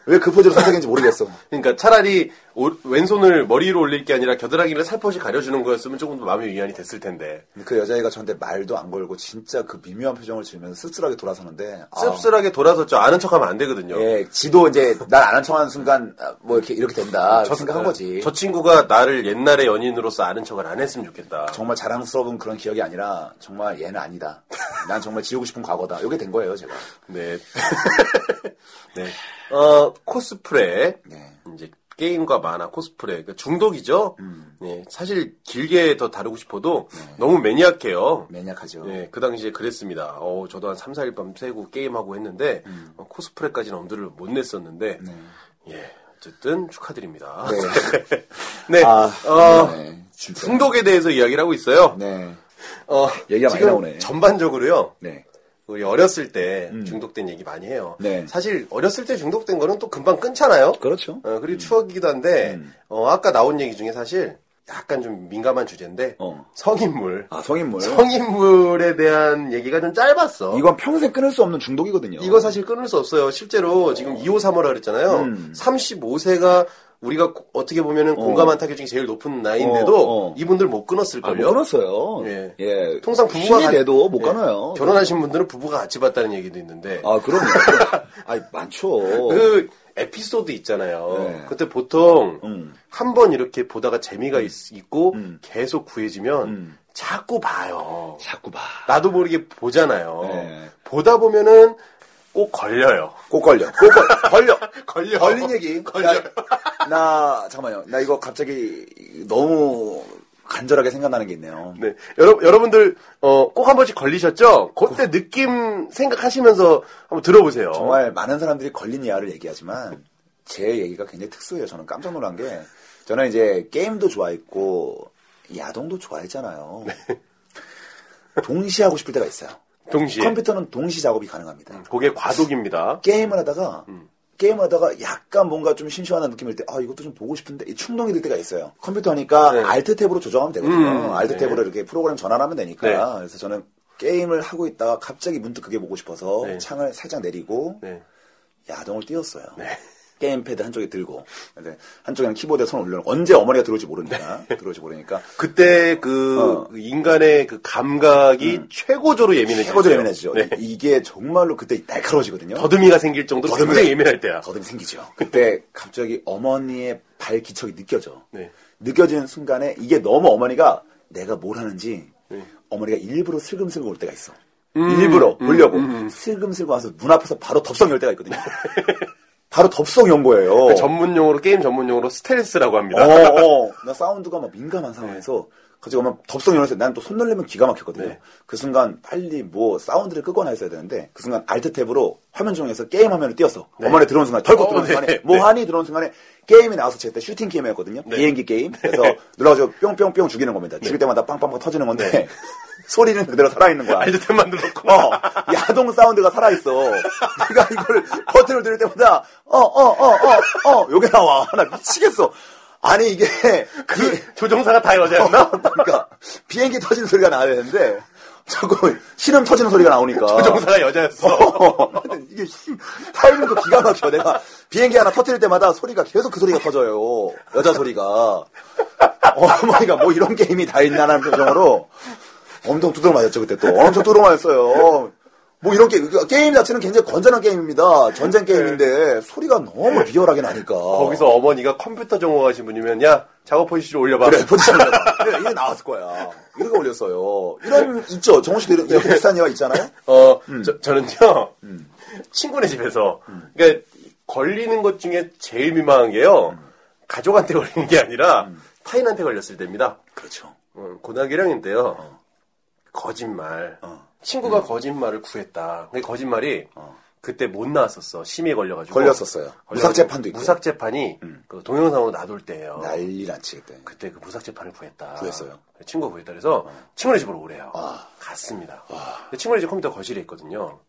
Speaker 2: 왜 그 포즈로 선택했는지 모르겠어.
Speaker 1: 그러니까 차라리 오- 왼손을 머리로 올릴 게 아니라 겨드랑이를 살포시 가려주는 거였으면 조금 더 마음의 위안이 됐을 텐데.
Speaker 2: 그 여자애가 저한테 말도 안 걸고 진짜 그 미묘한 표정을 지으면서 씁쓸하게 돌아서는데 아,
Speaker 1: 씁쓸하게 돌아섰죠. 아는 척하면 안 되거든요.
Speaker 2: 예, 지도 이제 날 안 한 척하는 순간 아, 뭐 이렇게 이렇게 된다 저 생각한 거지.
Speaker 1: 네. 저 친구가 나를 옛날의 연인으로서 아는 척을 안 했으면 좋겠다.
Speaker 2: 정말 자랑스러운 그런 기억이 아니라 정말 얘는 아니다. 난 정말 지우고 싶은 과거다. 이게 된 거예요, 제가.
Speaker 1: 네. <laughs> 네. 어, 코스프레.
Speaker 2: 네.
Speaker 1: 이제 게임과 만화, 코스프레. 그러니까 중독이죠?
Speaker 2: 음.
Speaker 1: 네. 사실 길게 더 다루고 싶어도
Speaker 2: 네.
Speaker 1: 너무 매니악해요.
Speaker 2: 매니악하죠.
Speaker 1: 네, 그 당시에 그랬습니다. 어, 저도 한 3, 4일 밤 새고 게임하고 했는데,
Speaker 2: 음.
Speaker 1: 어, 코스프레까지는 엄두를 못 냈었는데,
Speaker 2: 네.
Speaker 1: 예, 어쨌든 축하드립니다. <laughs> 네,
Speaker 2: 아,
Speaker 1: 어,
Speaker 2: 네, 진짜.
Speaker 1: 중독에 대해서 이야기를 하고 있어요.
Speaker 2: 네.
Speaker 1: 어,
Speaker 2: 얘기가 많이
Speaker 1: 지금
Speaker 2: 나오네.
Speaker 1: 전반적으로요,
Speaker 2: 네.
Speaker 1: 우리 어렸을 때 중독된 얘기 많이 해요.
Speaker 2: 네.
Speaker 1: 사실 어렸을 때 중독된 거는 또 금방 끊잖아요.
Speaker 2: 그렇죠. 음.
Speaker 1: 어, 그리고 추억이기도 한데 어, 아까 나온 얘기 중에 사실 약간 좀 민감한 주제인데
Speaker 2: 어.
Speaker 1: 성인물,
Speaker 2: 아, 성인물.
Speaker 1: 성인물에 대한 얘기가 좀 짧았어.
Speaker 2: 이건 평생 끊을 수 없는 중독이거든요.
Speaker 1: 이거 사실 끊을 수 없어요. 실제로 지금 2호 3호라 그랬잖아요.
Speaker 2: 음.
Speaker 1: 35세가 우리가 고- 어떻게 보면은 공감한 타격 중에 제일 높은 나이인데도
Speaker 2: 어, 어.
Speaker 1: 이분들 못 끊었을
Speaker 2: 아, 못
Speaker 1: 걸요.
Speaker 2: 끊었어요.
Speaker 1: 예.
Speaker 2: 예.
Speaker 1: 통상 부부가
Speaker 2: 힘이
Speaker 1: 같-
Speaker 2: 돼도 못
Speaker 1: 예.
Speaker 2: 가나요. 어. <laughs>
Speaker 1: 결혼하신 분들은 부부가 같이 봤다는 얘기도 있는데
Speaker 2: 아, 그럼요. 아니, 많죠.
Speaker 1: 그 에피소드 있잖아요.
Speaker 2: 네.
Speaker 1: 그때 보통
Speaker 2: 음.
Speaker 1: 한 번 이렇게 보다가 재미가 있, 고
Speaker 2: 음.
Speaker 1: 계속 구해지면
Speaker 2: 음.
Speaker 1: 자꾸 봐요.
Speaker 2: 자꾸 봐.
Speaker 1: 나도 모르게 보잖아요.
Speaker 2: 네.
Speaker 1: 보다 보면은 꼭 걸려요.
Speaker 2: 꼭 걸려. 꼭 걸- <laughs> 걸려.
Speaker 1: 걸려.
Speaker 2: 걸린
Speaker 1: <laughs>
Speaker 2: 얘기.
Speaker 1: 걸려.
Speaker 2: 나, 나 잠깐만요. 나 이거 갑자기 너무 간절하게 생각나는 게 있네요.
Speaker 1: 네. 여러, 여러분들, 어, 꼭 한 번씩 걸리셨죠? 그때 느낌 생각하시면서 한번 들어보세요.
Speaker 2: 정말 많은 사람들이 걸린 이야기를 얘기하지만 제 얘기가 굉장히 특수해요. 저는 깜짝 놀란 게 저는 이제 게임도 좋아했고 야동도 좋아했잖아요.
Speaker 1: 네.
Speaker 2: 동시에 하고 싶을 때가 있어요.
Speaker 1: 동시에.
Speaker 2: 컴퓨터는 동시 작업이 가능합니다.
Speaker 1: 그게 과도기입니다.
Speaker 2: 게임을 하다가
Speaker 1: 음.
Speaker 2: 게임을 하다가 약간 뭔가 좀 심심하다는 느낌일 때, 아 이것도 좀 보고 싶은데 이 충동이 들 때가 있어요. 컴퓨터 하니까
Speaker 1: 네.
Speaker 2: Alt 탭으로 조정하면 되거든요.
Speaker 1: 음,
Speaker 2: Alt
Speaker 1: 네.
Speaker 2: 탭으로 이렇게 프로그램 전환하면 되니까.
Speaker 1: 네.
Speaker 2: 그래서 저는 게임을 하고 있다가 갑자기 문득 그게 보고 싶어서
Speaker 1: 네.
Speaker 2: 창을 살짝 내리고
Speaker 1: 네.
Speaker 2: 야동을 띄웠어요. 게임패드 한쪽에 들고 근데 한쪽에는 키보드에 손 올려놓고 언제 어머니가 들어올지 모르니까
Speaker 1: 네.
Speaker 2: 들어올지 모르니까
Speaker 1: 그때 그,
Speaker 2: 어. 음.
Speaker 1: 그 인간의 그 감각이 최고조로 예민해지죠.
Speaker 2: 최고로 예민해지죠.
Speaker 1: 네.
Speaker 2: 이게 정말로 그때 날카로워지거든요.
Speaker 1: 더듬이가 생길 정도로
Speaker 2: 더듬이.
Speaker 1: 굉장히 예민할 때야.
Speaker 2: 거듭이 생기죠. 음. 그때 갑자기 어머니의 발 기척이 느껴져.
Speaker 1: 네.
Speaker 2: 느껴지는 순간에 이게 너무 어머니가 내가 뭘 하는지 어머니가 일부러 슬금슬금 올 때가 있어. 일부러 보려고 슬금슬금 와서 눈앞에서 바로 덥석 열 때가 <laughs> 있거든요. 바로 덥석 연 거예요.
Speaker 1: 그 전문 용어로, 게임 전문 용어로 스텔스라고 합니다. <laughs>
Speaker 2: 어, 어. 나 사운드가 막 민감한 상황에서 갑자기 오면 덥석 열어서 난 또 손 놀리면 기가 막혔거든요.
Speaker 1: 네.
Speaker 2: 그 순간 빨리 뭐 사운드를 끄거나 했어야 되는데 그 순간 알트 탭으로 화면 중에서 게임 화면을 띄웠어. 어머니 들어온 순간 덜컥
Speaker 1: 어,
Speaker 2: 들어온
Speaker 1: 네.
Speaker 2: 순간에 뭐하니 들어온 순간에 게임이 나와서 제때 슈팅 게임이었거든요.
Speaker 1: 네.
Speaker 2: 비행기 게임. 그래서 눌러가지고 뿅뿅뿅 죽이는 겁니다. 죽일 때마다 빵빵빵 터지는 건데
Speaker 1: 네.
Speaker 2: <laughs> 소리는 그대로 살아있는 거야.
Speaker 1: 알드템 만들어놓고.
Speaker 2: 어, 야동 사운드가 살아있어. 내가 이걸 버튼을 누를 때마다, 어, 어, 어, 어, 어, 요게 나와. 나 미치겠어. 아니, 이게, 그,
Speaker 1: 그 조종사가 다 여자였나?
Speaker 2: 그러니까, 비행기 터지는 소리가 나야 되는데, 자꾸 신음 터지는 소리가 나오니까.
Speaker 1: 조종사가 여자였어.
Speaker 2: 어, 하여튼 <laughs> 이게 씨, 타이밍도 기가 막혀. 내가 비행기 하나 터뜨릴 때마다 소리가 계속 그 소리가 터져요. 여자 소리가. 어머니가 뭐 이런 게임이 다 있냐라는 표정으로 엄청 두드러 맞았죠 그때 또 엄청 두드러 맞았어요. 뭐 이런 게임 그 게임 자체는 굉장히 건전한 게임입니다. 전쟁 게임인데 소리가 너무 비열하게 나니까.
Speaker 1: 거기서 어머니가 컴퓨터 전공하신 분이면, 야, 작업 포지션 올려봐.
Speaker 2: 그래 포지션 올려봐. 그래 이게 나왔을 거야. 이렇게 올렸어요. 이런 있죠. 정우 씨도 이런- 이렇게 비슷한 예화 있잖아요.
Speaker 1: 어,
Speaker 2: 음.
Speaker 1: 저, 저는요, 친구네 집에서, 그러니까 걸리는 것 중에 제일 민망한 게요,
Speaker 2: 음.
Speaker 1: 가족한테 걸리는 게 아니라 타인한테 걸렸을 때입니다.
Speaker 2: 그렇죠.
Speaker 1: 어, 고등학교 1학년 때요, 거짓말.
Speaker 2: 어.
Speaker 1: 친구가 거짓말을 구했다. 근데 거짓말이 그때 못 나왔었어. 심의에 어. 걸려가지고.
Speaker 2: 걸렸었어요. 무삭 재판도 있고.
Speaker 1: 무삭 재판이 그 동영상으로 놔둘 때예요.
Speaker 2: 난리 났지 그때.
Speaker 1: 그때 그 무삭 재판을 네. 구했다.
Speaker 2: 구했어요?
Speaker 1: 친구가 구했다 그래서 친구네 집으로 오래요.
Speaker 2: 아.
Speaker 1: 갔습니다. 근데 친구네 집 컴퓨터 거실에 있거든요.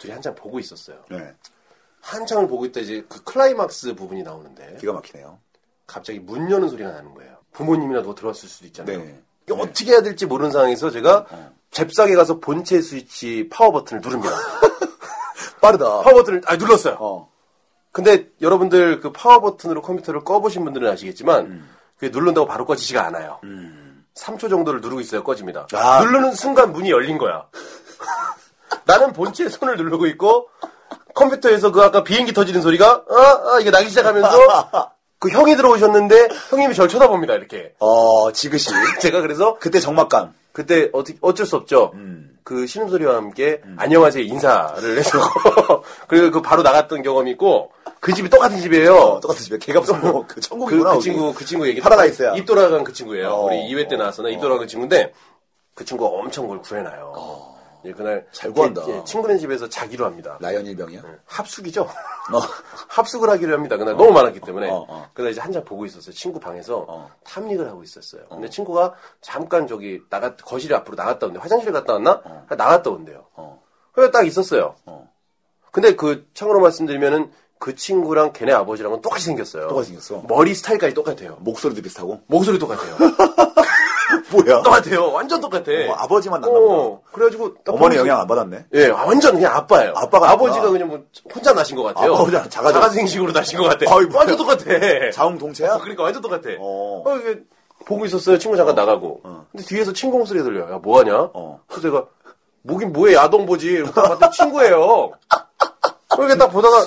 Speaker 1: 둘이 한참 보고 있었어요.
Speaker 2: 네.
Speaker 1: 한참을 보고 있다 이제 그 클라이막스 부분이 나오는데
Speaker 2: 기가 막히네요.
Speaker 1: 갑자기 문 여는 소리가 나는 거예요. 부모님이나 누가 들어왔을 수도 있잖아요.
Speaker 2: 네. 어.
Speaker 1: 이게 어떻게 해야 될지 모르는 상황에서 제가 잽싸게 가서 본체 스위치 파워 버튼을 누릅니다. <laughs>
Speaker 2: 빠르다.
Speaker 1: 파워 버튼을 아 눌렀어요.
Speaker 2: 어.
Speaker 1: 근데 여러분들 그 파워 버튼으로 컴퓨터를 꺼보신 분들은 아시겠지만 그게 누른다고 바로 꺼지지가 않아요. 3초 정도를 누르고 있어야 꺼집니다.
Speaker 2: 아.
Speaker 1: 누르는 순간 문이 열린 거야. <laughs> 나는 본체에 손을 누르고 있고 컴퓨터에서 그 아까 비행기 터지는 소리가 아, 아 이게 나기 시작하면서 그 형이 들어오셨는데 형님이 저를 쳐다봅니다 이렇게.
Speaker 2: 어, 지그시.
Speaker 1: 제가 그래서
Speaker 2: 그때 정막감.
Speaker 1: 그때 어떻게 어쩔 수 없죠. 그 신음 소리와 함께 안녕하세요 인사를 해서 <laughs> 그리고 그 바로 나갔던 경험이 있고 그 집이 똑같은 집이에요.
Speaker 2: 어, 똑같은 집에 개갑성모 그
Speaker 1: 그,
Speaker 2: 천국이구나.
Speaker 1: 그
Speaker 2: 거기.
Speaker 1: 친구 그 친구 얘기
Speaker 2: 파라다이스야.
Speaker 1: 입 돌아간 그 친구예요.
Speaker 2: 어,
Speaker 1: 우리 2회 때
Speaker 2: 어,
Speaker 1: 나왔었나 입
Speaker 2: 어.
Speaker 1: 돌아간 그 친구인데 그 친구가 엄청 그걸 구해놔요. 예, 그날
Speaker 2: 어. 잘 구한다.
Speaker 1: 제- 제 친구네 집에서 자기로 합니다.
Speaker 2: 라이언 일병이야.
Speaker 1: 합숙이죠.
Speaker 2: 어.
Speaker 1: <laughs> 합숙을 하기로 합니다. 그날 너무 많았기 때문에.
Speaker 2: 어, 어.
Speaker 1: 그날 이제 한참 보고 있었어요. 친구 방에서
Speaker 2: 어.
Speaker 1: 탐닉을 하고 있었어요. 근데 친구가 잠깐 저기 나갔 거실 앞으로 나갔다 온대. 화장실 갔다 왔나? 나갔다 온대요.
Speaker 2: 어.
Speaker 1: 그래서 딱 있었어요.
Speaker 2: 어.
Speaker 1: 근데 그 참고로 말씀드리면은 그 친구랑 걔네 아버지랑은 똑같이 생겼어요.
Speaker 2: 똑같이 생겼어.
Speaker 1: 머리 스타일까지 똑같아요.
Speaker 2: 목소리도 비슷하고. <laughs>
Speaker 1: 목소리 똑같아요.
Speaker 2: 뭐야?
Speaker 1: <laughs> 똑같아요. 완전 똑같아.
Speaker 2: 어, 아버지만
Speaker 1: 어,
Speaker 2: 났나 보다.
Speaker 1: 그래가지고 딱
Speaker 2: 어머니
Speaker 1: 보면서-
Speaker 2: 영향 안 받았네.
Speaker 1: 예, 아, 완전 그냥 아빠예요.
Speaker 2: 아빠가
Speaker 1: 아버지가
Speaker 2: 아빠.
Speaker 1: 그냥 뭐 혼자 나신 것 같아요.
Speaker 2: 아, 혼자 작아져.
Speaker 1: 자가생식으로 나신 것 같아.
Speaker 2: 아이, 뭐야.
Speaker 1: 완전 똑같아.
Speaker 2: 자웅동체야?
Speaker 1: 어, 그러니까 완전 똑같아.
Speaker 2: 어.
Speaker 1: 어, 이게 보고 있었어요. 친구 잠깐 나가고. 근데 뒤에서 친구 목소리가 들려요. 야, 뭐 하냐?
Speaker 2: 어.
Speaker 1: 그래서 내가 뭐긴 뭐해 야동 보지. 이러고 딱 봤더니 친구예요. 그러니까 딱 보다가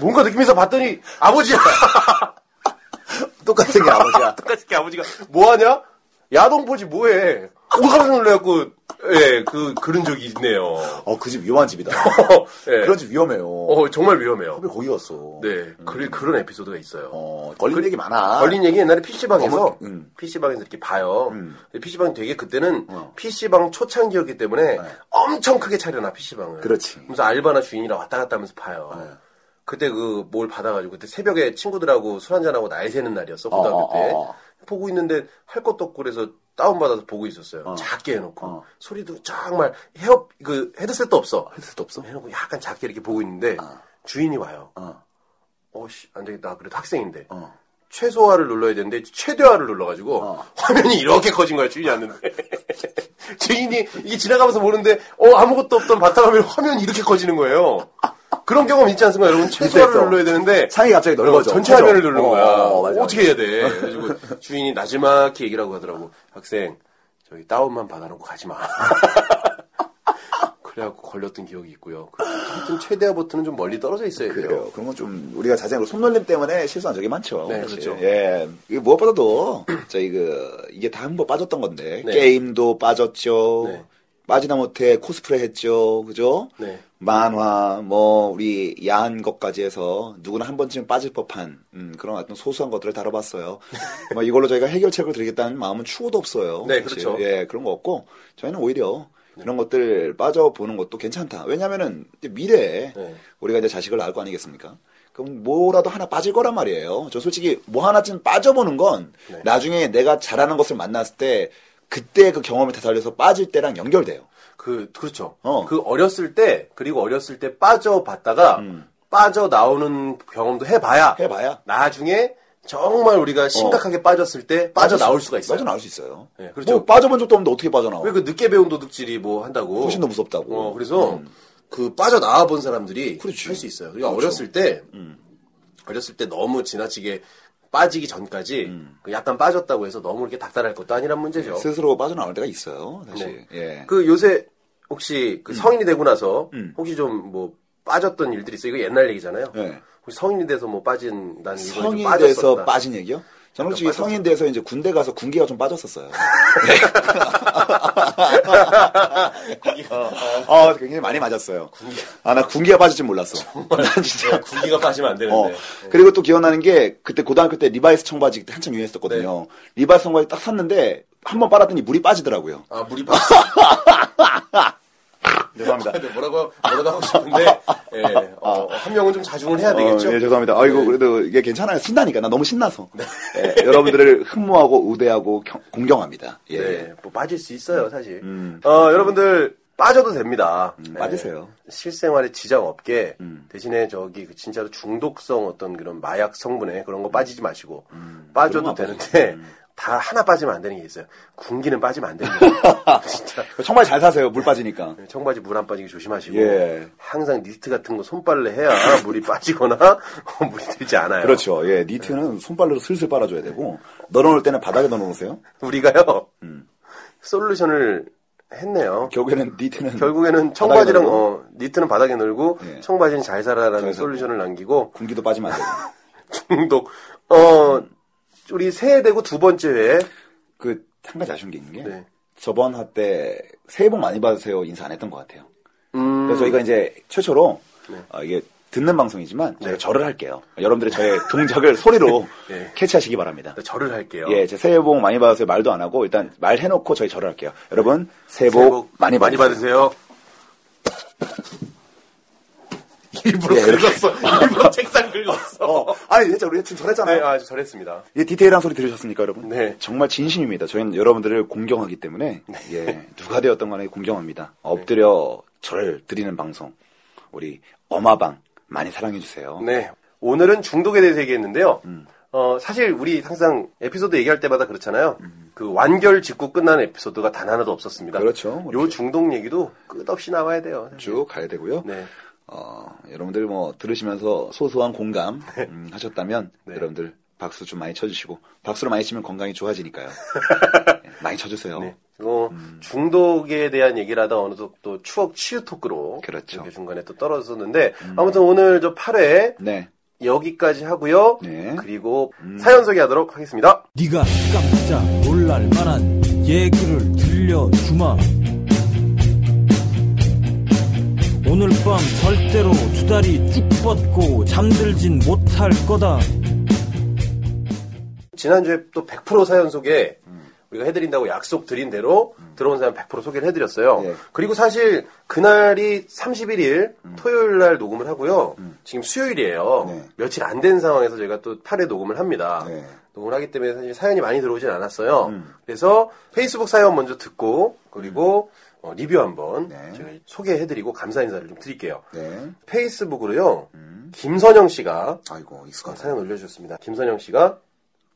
Speaker 1: 뭔가 느낌에서 봤더니 아버지야. <laughs>
Speaker 2: 똑같은 게 아버지야.
Speaker 1: 똑같이 이렇게 아버지가 뭐하냐? 야동 보지 뭐해? 오깜 놀래갖고 예 그 그런 적이 있네요. <laughs>
Speaker 2: 어, 그 집 위험한 집이다.
Speaker 1: 예.
Speaker 2: 그런 집 위험해요. 어,
Speaker 1: 어 정말 위험해요.
Speaker 2: 거기 갔어.
Speaker 1: 네 그래 그런 에피소드가 있어요.
Speaker 2: 음. 어, 걸린 얘기 많아.
Speaker 1: 걸린 얘기 옛날에 PC방에서,
Speaker 2: 어머, 음.
Speaker 1: PC방에서 이렇게 봐요. PC방 되게 그때는
Speaker 2: 어.
Speaker 1: PC방 초창기였기 때문에 엄청 크게 차려놔, PC방을.
Speaker 2: 네. 그렇지. 네.
Speaker 1: 그래서 알바나 주인이랑 왔다 갔다 하면서 봐요. 그때 그 뭘 받아가지고, 그때 새벽에 친구들하고 술 한잔하고 날 새는 날이었어, 고등학교
Speaker 2: 어,
Speaker 1: 때.
Speaker 2: 어, 어.
Speaker 1: 보고 있는데 할 것도 없고 그래서 다운받아서 보고 있었어요. 작게 해놓고. 소리도 정말 헤어, 그 헤드셋도 없어.
Speaker 2: 헬스도 없어. 아.
Speaker 1: 해놓고 약간 작게 이렇게 보고 있는데 주인이 와요.
Speaker 2: 어.
Speaker 1: 어씨 안 되겠다. 그래도 학생인데
Speaker 2: 어.
Speaker 1: 최소화를 눌러야 되는데 최대화를 눌러가지고 화면이 이렇게 커진 거야 주인이 왔는데 <laughs> 주인이 이게 지나가면서 보는데 어 아무것도 없던 바탕화면 화면이 이렇게 커지는 거예요. 그런 경험 있지 않습니까 여러분? 최소화를
Speaker 2: 있어, 있어.
Speaker 1: 눌러야 되는데
Speaker 2: 창이 갑자기 넓어져.
Speaker 1: 어, 전체 화면을
Speaker 2: 그죠?
Speaker 1: 누르는 거야.
Speaker 2: 어, 맞아, 맞아.
Speaker 1: 어떻게 해야
Speaker 2: <laughs>
Speaker 1: 돼? 그래가지고 주인이 나지막히 얘기라고 하더라고. 학생, 저희 다운만 받아놓고 가지 마. <laughs> 그래갖고 걸렸던 기억이 있고요. 그 하여튼 최대화 버튼은 좀 멀리 떨어져 있어야 돼요.
Speaker 2: 그래요. 그런 건 좀 우리가 자세히 손놀림 때문에 실수한 적이 많죠.
Speaker 1: 네,
Speaker 2: 사실.
Speaker 1: 그렇죠.
Speaker 2: 예, 이게 무엇보다도 <clears throat> 저희 그 이게 다 한번 빠졌던 건데
Speaker 1: 네.
Speaker 2: 게임도 빠졌죠.
Speaker 1: 네.
Speaker 2: 빠지다못해 코스프레 했죠, 그죠?
Speaker 1: 네.
Speaker 2: 만화, 뭐 우리 야한 것까지 해서 누구나 한 번쯤 빠질 법한 음, 그런 어떤 소소한
Speaker 1: <laughs>
Speaker 2: 것들을 다뤄봤어요. 뭐 이걸로 저희가 해결책을 드리겠다는 마음은 추구도 없어요.
Speaker 1: 네,
Speaker 2: 사실.
Speaker 1: 그렇죠. 네.
Speaker 2: 예, 그런 거 없고 저희는 오히려 그런 것들 빠져보는 것도 괜찮다. 왜냐면은 이제 미래에
Speaker 1: 네.
Speaker 2: 우리가 이제 자식을 낳을 거 아니겠습니까? 그럼 뭐라도 하나 빠질 거란 말이에요. 저 솔직히 뭐 하나쯤 빠져보는 건
Speaker 1: 네.
Speaker 2: 나중에 내가 잘하는 것을 만났을 때 그때 그 경험을 되살려서 빠질 때랑 연결돼요.
Speaker 1: 그 그렇죠.
Speaker 2: 어.
Speaker 1: 그 어렸을 때 그리고 어렸을 때 빠져봤다가 빠져 나오는 경험도 해봐야
Speaker 2: 음. 해봐야. 어.
Speaker 1: 나중에 정말 우리가 심각하게 빠졌을 때 빠져 나올 수가 있어요.
Speaker 2: 빠져나올 수 있어요.
Speaker 1: 예, 그렇죠.
Speaker 2: 뭐 빠져본 적도 없는데 어떻게 빠져나와?
Speaker 1: 왜 그 늦게 배운 도둑질이 뭐 한다고?
Speaker 2: 훨씬 더 무섭다고. 음.
Speaker 1: 어, 그래서 그 빠져 나와 본 사람들이
Speaker 2: 그렇지. 그렇죠. 음.
Speaker 1: 할 수 있어요. 그러니까 어렸을 때 어렸을 때 너무 지나치게 빠지기 전까지
Speaker 2: 음.
Speaker 1: 그 약간 빠졌다고 해서 너무 이렇게 닥달할 것도 아니란 문제죠.
Speaker 2: 스스로 빠져나올 때가 있어요. 사실.
Speaker 1: 네.
Speaker 2: 예.
Speaker 1: 그 요새 혹시 그 성인이 되고 나서 혹시 좀 뭐 빠졌던 일들이 있어요? 이거 옛날 얘기잖아요.
Speaker 2: 네.
Speaker 1: 혹시 성인이 돼서 뭐 빠진 난 이번에 좀
Speaker 2: 성인 돼서
Speaker 1: 빠졌었다.
Speaker 2: 빠진 얘기요? 저는 솔직히
Speaker 1: 빠졌었다.
Speaker 2: 성인 돼서 이제 군대 가서 군기가
Speaker 1: <laughs>
Speaker 2: 좀 빠졌었어요.
Speaker 1: <laughs>
Speaker 2: 어, 굉장히 많이 맞았어요. 아, 나 군기가 빠질 줄 몰랐어. 난 <laughs> 진짜.
Speaker 1: 네, 군기가 빠지면 안
Speaker 2: 어.
Speaker 1: 되는데.
Speaker 2: 그리고 또 기억나는 게 그때 고등학교 때 리바이스 청바지 그때 한참
Speaker 1: 네.
Speaker 2: 유행했었거든요. 리바이스 청바지 딱 샀는데 한 번 빨았더니 물이 빠지더라고요.
Speaker 1: 아 물이 빠졌어.
Speaker 2: 죄송합니다.
Speaker 1: 네, 뭐라고 뭐라고 하고 <laughs> 싶은데 예, 어, 한 명은 좀 자중을 해야 되겠죠.
Speaker 2: <laughs> 어, 예, 죄송합니다. 아이고,
Speaker 1: 네.
Speaker 2: 그래도 이게 괜찮아요. 신나니까. 나 너무 신나서. 예, 여러분들을 <laughs> 흠모하고, 우대하고, 경- 공경합니다. 예. 음,
Speaker 1: 네, 뭐 빠질 수 있어요, 사실. 어, 여러분들 빠져도 됩니다. 네.
Speaker 2: 빠지세요. 음.
Speaker 1: 실생활에 지장 없게 대신에 저기 그 진짜로 중독성 어떤 그런 마약 성분에 그런 거 빠지지 마시고 빠져도
Speaker 2: 음. 그런 거 안 음.
Speaker 1: 되는데 <laughs> 다 하나 빠지면 안 되는 게 있어요. 군기는 빠지면 안
Speaker 2: <laughs>
Speaker 1: 됩니다. 진짜.
Speaker 2: 정말 잘 사세요. 물 빠지니까.
Speaker 1: 청바지 물 안 빠지게 조심하시고
Speaker 2: 예.
Speaker 1: 항상 니트 같은 거 손빨래 해야 물이 빠지거나 <laughs> 물이 들지 않아요.
Speaker 2: 그렇죠. 예,
Speaker 1: 네.
Speaker 2: 니트는 손발로 슬슬 빨아줘야 되고, 널어놓을 때는 바닥에 널어놓으세요.
Speaker 1: 우리가요
Speaker 2: 음.
Speaker 1: 솔루션을 했네요.
Speaker 2: 결국에는 니트는.
Speaker 1: 결국에는
Speaker 2: 바닥에
Speaker 1: 청바지랑
Speaker 2: 널고,
Speaker 1: 어, 니트는 바닥에 널고
Speaker 2: 예.
Speaker 1: 청바지는 잘 살아라는
Speaker 2: 그래서-
Speaker 1: 솔루션을 남기고
Speaker 2: 군기도 빠지면 안 돼요.
Speaker 1: 중독 어 우리 새해 되고 두 번째 회에
Speaker 2: 그, 한 가지 아쉬운 게 있는 게,
Speaker 1: 네.
Speaker 2: 저번 화 때 새해 복 많이 받으세요 인사 안 했던 것 같아요.
Speaker 1: 음. 네.
Speaker 2: 그래서 저희가 이제 최초로 어, 이게 듣는 방송이지만 저희가 절을 할게요. 여러분들이 저의 동작을 소리로
Speaker 1: <laughs> 네. 그렇죠.
Speaker 2: 캐치하시기 바랍니다.
Speaker 1: 절을 할게요.
Speaker 2: 예, 제 새해 복 많이 받으세요 말도 안 하고 일단 말 해놓고 저희 절을 할게요. 여러분 새해 복,
Speaker 1: 새해 복
Speaker 2: 많이 받으세요.
Speaker 1: 일부러
Speaker 2: 예, 이렇게. <laughs>
Speaker 1: 긁었어. 일부러 책상 긁었어.
Speaker 2: 어, 아니 진짜 우리 지금
Speaker 1: 네,
Speaker 2: 절했잖아요.
Speaker 1: 아, 절했습니다.
Speaker 2: 이 예, 디테일한 소리 들으셨습니까, 여러분?
Speaker 1: 네.
Speaker 2: 정말 진심입니다. 저희는 여러분들을 공경하기 때문에 예, 누가 되었던 간에 공경합니다.
Speaker 1: 네.
Speaker 2: 엎드려 절을 드리는 방송 우리 어마방 많이 사랑해 주세요.
Speaker 1: 네. 오늘은 중독에 대해서 얘기했는데요.
Speaker 2: 음.
Speaker 1: 어, 사실 우리 항상 에피소드 얘기할 때마다 그렇잖아요. 그 완결 직후 끝나는 에피소드가 단 하나도 없었습니다.
Speaker 2: 음. 그렇죠.
Speaker 1: 요 중독 얘기도 끝없이 나와야 돼요.
Speaker 2: 쭉 가야 되고요.
Speaker 1: 네.
Speaker 2: 어, 여러분들 뭐 들으시면서 소소한 공감
Speaker 1: 네.
Speaker 2: 음, 하셨다면
Speaker 1: <laughs> 네.
Speaker 2: 여러분들 박수 좀 많이 쳐주시고 박수를 많이 치면 건강이 좋아지니까요. 예, 많이 쳐주세요.
Speaker 1: 그리고 중독에 대한 얘기를 하다 어느 정도 추억 치유 토크로
Speaker 2: 그렇죠. 음.
Speaker 1: 이렇게 중간에 또 떨어졌는데 아무튼 오늘 저 8회
Speaker 2: 네.
Speaker 1: 여기까지 하고요.
Speaker 2: 네.
Speaker 1: 그리고 사연 소개하도록 하겠습니다.
Speaker 6: 네가 깜짝 놀랄 만한 얘기를 들려주마 오늘 밤 절대로 두 다리 쭉 뻗고 잠들진 못할 거다
Speaker 1: 지난주에 또 100% 사연 소개
Speaker 2: 음.
Speaker 1: 우리가 해드린다고 약속 드린 대로 들어온 사연 100% 소개를 해드렸어요.
Speaker 2: 예.
Speaker 1: 그리고 사실 그날이 31일 토요일 날 녹음을 하고요. 지금 수요일이에요.
Speaker 2: 네.
Speaker 1: 며칠 안 된 상황에서 저희가 또 8회 녹음을 합니다.
Speaker 2: 네. 음.
Speaker 1: 녹음을 하기 때문에 사실 사연이 많이 들어오진 않았어요. 그래서 페이스북 사연 먼저 듣고 그리고 어, 리뷰 한번
Speaker 2: 음. 네.
Speaker 1: 제가 소개해드리고 감사 인사를 좀 드릴게요.
Speaker 2: 네. 음.
Speaker 1: 페이스북으로요. 김선영 씨가
Speaker 2: 아이고,
Speaker 1: 아,
Speaker 2: 익숙하다.
Speaker 1: 사연 올려주셨습니다. 김선영 씨가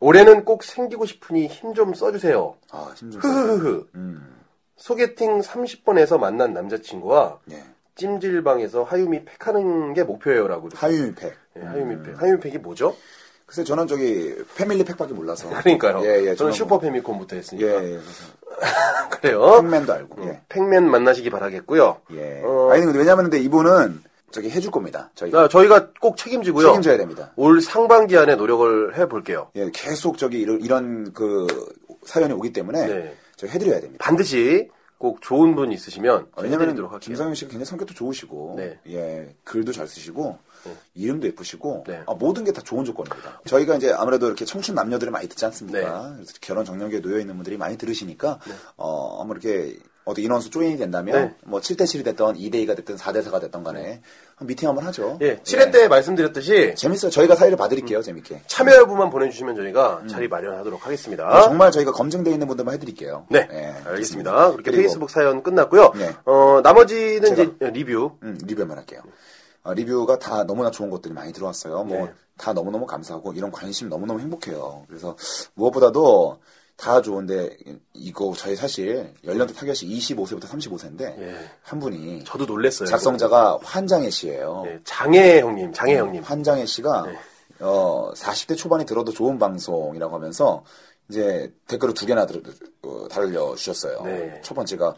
Speaker 1: 올해는 꼭 생기고 싶으니 힘 좀 써주세요.
Speaker 2: 아, 힘좀 써.
Speaker 1: 흐흐흐흐.
Speaker 2: 음.
Speaker 1: 소개팅 30번에서 만난 남자친구와
Speaker 2: 네.
Speaker 1: 찜질방에서 하유미 팩하는 게 목표예요라고. 이렇게.
Speaker 2: 하율팩.
Speaker 1: 예, 하유미 팩. 하유미 팩이 뭐죠? <laughs>
Speaker 2: 글쎄, 저는 저기, 패밀리 팩밖에 몰라서.
Speaker 1: 그러니까요.
Speaker 2: 예, 예.
Speaker 1: 저는 슈퍼
Speaker 2: 뭐-
Speaker 1: 패미콘부터
Speaker 2: 예,
Speaker 1: 했으니까.
Speaker 2: 예. 그래서
Speaker 1: 그래요.
Speaker 2: 팩맨도 알고. 예.
Speaker 1: 팩맨 만나시기 바라겠고요.
Speaker 2: 예.
Speaker 1: 어, 아,
Speaker 2: 아니, 근데 왜냐면 근데 이분은 저기 해줄 겁니다. 저희가.
Speaker 1: 자, 저희가 꼭 책임지고요.
Speaker 2: 책임져야 됩니다.
Speaker 1: 올 상반기 안에 노력을 해볼게요.
Speaker 2: 예, 계속 저기 이런, 이런 그 사연이 오기 때문에
Speaker 1: 네.
Speaker 2: 저희 해드려야 됩니다.
Speaker 1: 반드시 꼭 좋은 분 있으시면
Speaker 2: 아,
Speaker 1: 해드리도록
Speaker 2: 왜냐면
Speaker 1: 할게요.
Speaker 2: 김상윤 씨가 굉장히 성격도 좋으시고
Speaker 1: 네.
Speaker 2: 예 글도 잘 쓰시고 이름도 예쁘시고
Speaker 1: 네.
Speaker 2: 아, 모든 게 다 좋은 조건입니다. 저희가 이제 아무래도 이렇게 청춘 남녀들을 많이 듣지 않습니까?
Speaker 1: 네.
Speaker 2: 그래서 결혼 정년기에 놓여 있는 분들이 많이 들으시니까 어 아무 이렇게 어디 인원수 조인이
Speaker 1: 네.
Speaker 2: 된다면 뭐 7대 7이 됐던 2대 2가 됐든 4대 4가 됐던 간에 한번 미팅 한번 하죠.
Speaker 1: 예, 7회 때 음. 말씀드렸듯이
Speaker 2: 재밌어요. 저희가 사회를 봐드릴게요. 재밌게.
Speaker 1: 참여 여부만 보내주시면 저희가 자리 마련하도록 하겠습니다.
Speaker 2: 네, 음. 정말 저희가 검증되어 있는 분들만
Speaker 1: 아?
Speaker 2: 해드릴게요.
Speaker 1: 네,
Speaker 2: 예,
Speaker 1: 알겠습니다. 그렇게
Speaker 2: 그리고,
Speaker 1: 페이스북 사연 끝났고요.
Speaker 2: 네.
Speaker 1: 어, 나머지는
Speaker 2: 제가-
Speaker 1: 이제 리뷰.
Speaker 2: 음, 리뷰만 할게요. 어, 리뷰가 다 너무나 좋은 것들이 많이 들어왔어요. 뭐,
Speaker 1: 네.
Speaker 2: 다 너무너무 감사하고, 이런 관심 너무너무 행복해요. 그래서, 무엇보다도 다 좋은데, 이거 저희 사실, 연령대 타겟이 25세부터 35세인데,
Speaker 1: 예.
Speaker 2: 한 분이,
Speaker 1: 저도 놀랬어요.
Speaker 2: 작성자가 음. 환장애 씨예요.
Speaker 1: 이거. 예, 장애 형님, 장애 형님. 아,
Speaker 2: 환장애 씨가 어 40대 초반에 들어도 좋은 방송이라고 하면서 이제 댓글을 두 개나 들, 어, 달려주셨어요.
Speaker 1: 네.
Speaker 2: 첫 번째가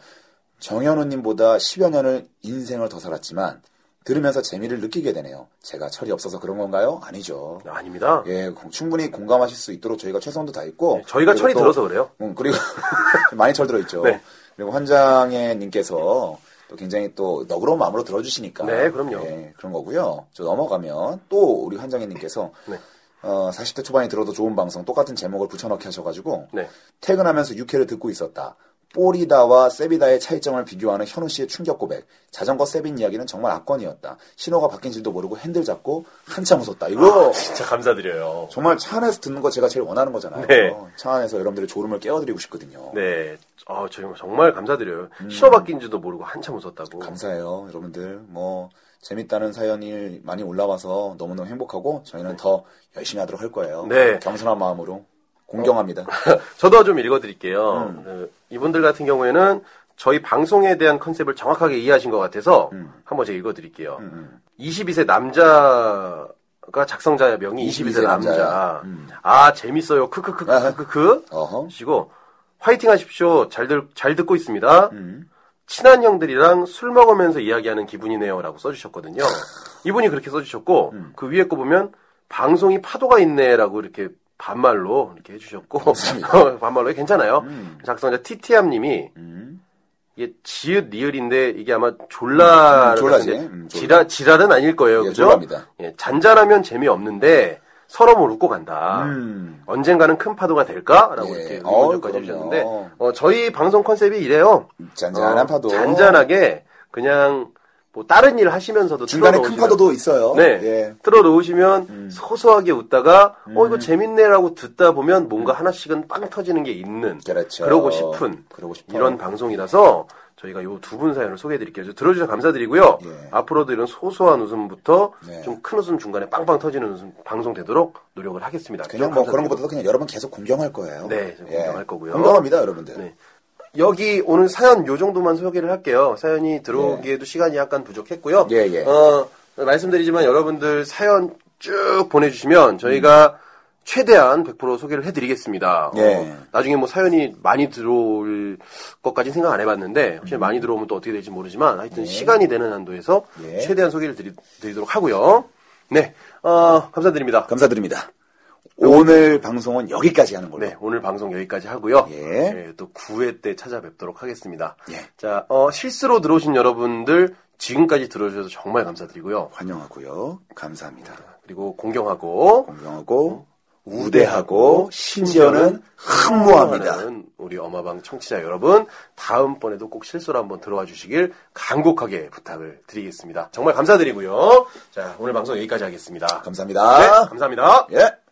Speaker 2: 정현우님보다 10여 년을 인생을 더 살았지만 들으면서 재미를 느끼게 되네요. 제가 철이 없어서 그런 건가요? 아니죠.
Speaker 1: 아, 아닙니다.
Speaker 2: 예, 공- 충분히 공감하실 수 있도록 저희가 최선도 다했고
Speaker 1: 네, 저희가
Speaker 2: 그리고
Speaker 1: 철이
Speaker 2: 또-
Speaker 1: 들어서 그래요.
Speaker 2: 음, 그리고 <laughs> 많이 철 들어 있죠.
Speaker 1: 네.
Speaker 2: 그리고 환장의 님께서 또 굉장히 또 너그러운 마음으로 들어주시니까.
Speaker 1: 네, 그럼요.
Speaker 2: 예, 그런 거고요. 저 넘어가면 또 우리 환장의 님께서
Speaker 1: <laughs> 네.
Speaker 2: 어, 40대 초반에 들어도 좋은 방송 똑같은 제목을 붙여넣기 하셔가지고
Speaker 1: 네.
Speaker 2: 퇴근하면서 육회를 듣고 있었다. 뽀리다와 세비다의 차이점을 비교하는 현우 씨의 충격 고백. 자전거 세빈 이야기는 정말 악권이었다. 신호가 바뀐지도 모르고 핸들 잡고 한참 웃었다. 이거
Speaker 1: 어, 진짜 감사드려요.
Speaker 2: 정말 차 안에서 듣는 거 제가 제일 원하는 거잖아요.
Speaker 1: 네.
Speaker 2: 차 안에서 여러분들의 졸음을 깨워드리고 싶거든요.
Speaker 1: 네, 아, 저희 정말 감사드려요. 신호 바뀐지도 모르고 한참 웃었다고.
Speaker 2: 음. 감사해요, 여러분들. 뭐 재밌다는 사연이 많이 올라와서 너무너무 행복하고 저희는 더 열심히 하도록 할 거예요.
Speaker 1: 네.
Speaker 2: 겸손한 마음으로 공경합니다.
Speaker 1: 저도 좀 읽어드릴게요.
Speaker 2: 음.
Speaker 1: 그, 이분들 같은 경우에는 저희 방송에 대한 컨셉을 정확하게 이해하신 것 같아서
Speaker 2: 음.
Speaker 1: 한번 제가 읽어드릴게요. 22세 남자가 작성자 명이 22세,
Speaker 2: 22세
Speaker 1: 남자.
Speaker 2: 남자야. 음. 아.
Speaker 1: 아 재밌어요. 크크크크크크.
Speaker 2: 어허.
Speaker 1: 시고 화이팅 하십시오. 잘들 잘 듣고 있습니다.
Speaker 2: 음.
Speaker 1: 친한 형들이랑 술 먹으면서 이야기하는 기분이네요라고 써주셨거든요. 이분이 그렇게 써주셨고
Speaker 2: 음.
Speaker 1: 그 위에 거 보면 방송이 파도가 있네라고 이렇게 반말로 이렇게 해주셨고 <laughs> 반말로 괜찮아요.
Speaker 2: 음.
Speaker 1: 작성자 티티함님이 이게 지읒 리을인데 이게 아마 졸라
Speaker 2: 음, 졸라지. 음, 졸라.
Speaker 1: 지랄 지랄은 아닐 거예요.
Speaker 2: 예,
Speaker 1: 그죠?
Speaker 2: 졸라입니다.
Speaker 1: 예, 잔잔하면 재미없는데 서로 못 웃고 간다.
Speaker 2: 음.
Speaker 1: 언젠가는 큰 파도가 될까라고
Speaker 2: 예.
Speaker 1: 이렇게
Speaker 2: 어이,
Speaker 1: 의견까지
Speaker 2: 그럼요.
Speaker 1: 해주셨는데 어, 저희 방송 컨셉이 이래요.
Speaker 2: 잔잔한
Speaker 1: 어,
Speaker 2: 파도.
Speaker 1: 잔잔하게 그냥 뭐 다른 일 하시면서도
Speaker 2: 중간에 큰
Speaker 1: 틀어놓으시면-
Speaker 2: 파도도 있어요.
Speaker 1: 네
Speaker 2: 예. 음.
Speaker 1: 틀어놓으시면 소소하게 웃다가 어 이거 재밌네라고 듣다 보면 뭔가 하나씩은 빵 터지는 게 있는
Speaker 2: 그렇죠.
Speaker 1: 러고 싶은
Speaker 2: 그러고 싶어요.
Speaker 1: 이런 방송이라서 저희가 요 두 분 사연을 소개해드릴게요. 들어주셔서 감사드리고요.
Speaker 2: 예.
Speaker 1: 앞으로도 이런 소소한 웃음부터
Speaker 2: 네.
Speaker 1: 좀 큰 웃음 중간에 빵빵 터지는 웃음 방송 되도록 노력을 하겠습니다.
Speaker 2: 그냥 뭐 그런 것보다도 그냥 여러분 계속 공경할 거예요.
Speaker 1: 네, 저 공경할 거고요.
Speaker 2: 공경합니다, 여러분들.
Speaker 1: 네. 여기 오늘 사연 요 정도만 소개를 할게요. 사연이 들어오기에도 시간이 약간 부족했고요.
Speaker 2: 네. 예, 예.
Speaker 1: 어, 말씀드리지만 여러분들 사연 쭉 보내주시면 저희가 최대한 100% 소개를 해드리겠습니다. 어,
Speaker 2: 음. 예.
Speaker 1: 나중에 뭐 사연이 많이 들어올 것까지 생각 안 해봤는데
Speaker 2: 음.
Speaker 1: 혹시 많이 들어오면 또 어떻게 될지 모르지만 하여튼 시간이 되는 한도에서
Speaker 2: 네. 예.
Speaker 1: 최대한 소개를 드리, 드리도록 하고요. 네, 어, 감사드립니다.
Speaker 2: 감사드립니다. 네. 오늘 방송은 여기까지 하는 걸로.
Speaker 1: 네, 오늘 방송 여기까지 하고요.
Speaker 2: 예.
Speaker 1: 예, 또 9회 때 찾아뵙도록 하겠습니다.
Speaker 2: 예.
Speaker 1: 자, 어, 실수로 들어오신 여러분들 지금까지 들어주셔서 정말 감사드리고요.
Speaker 2: 환영하고요. 감사합니다.
Speaker 1: 그리고 공경하고
Speaker 2: 공경하고 우대하고 심지어는 흠모합니다.
Speaker 1: 사랑하는 우리 어마방 청취자 여러분, 다음번에도 꼭 실수로 한번 들어와 주시길 간곡하게 부탁을 드리겠습니다. 정말 감사드리고요. 자, 오늘 방송 여기까지 하겠습니다.
Speaker 2: 감사합니다.
Speaker 1: 네, 감사합니다.
Speaker 2: 예.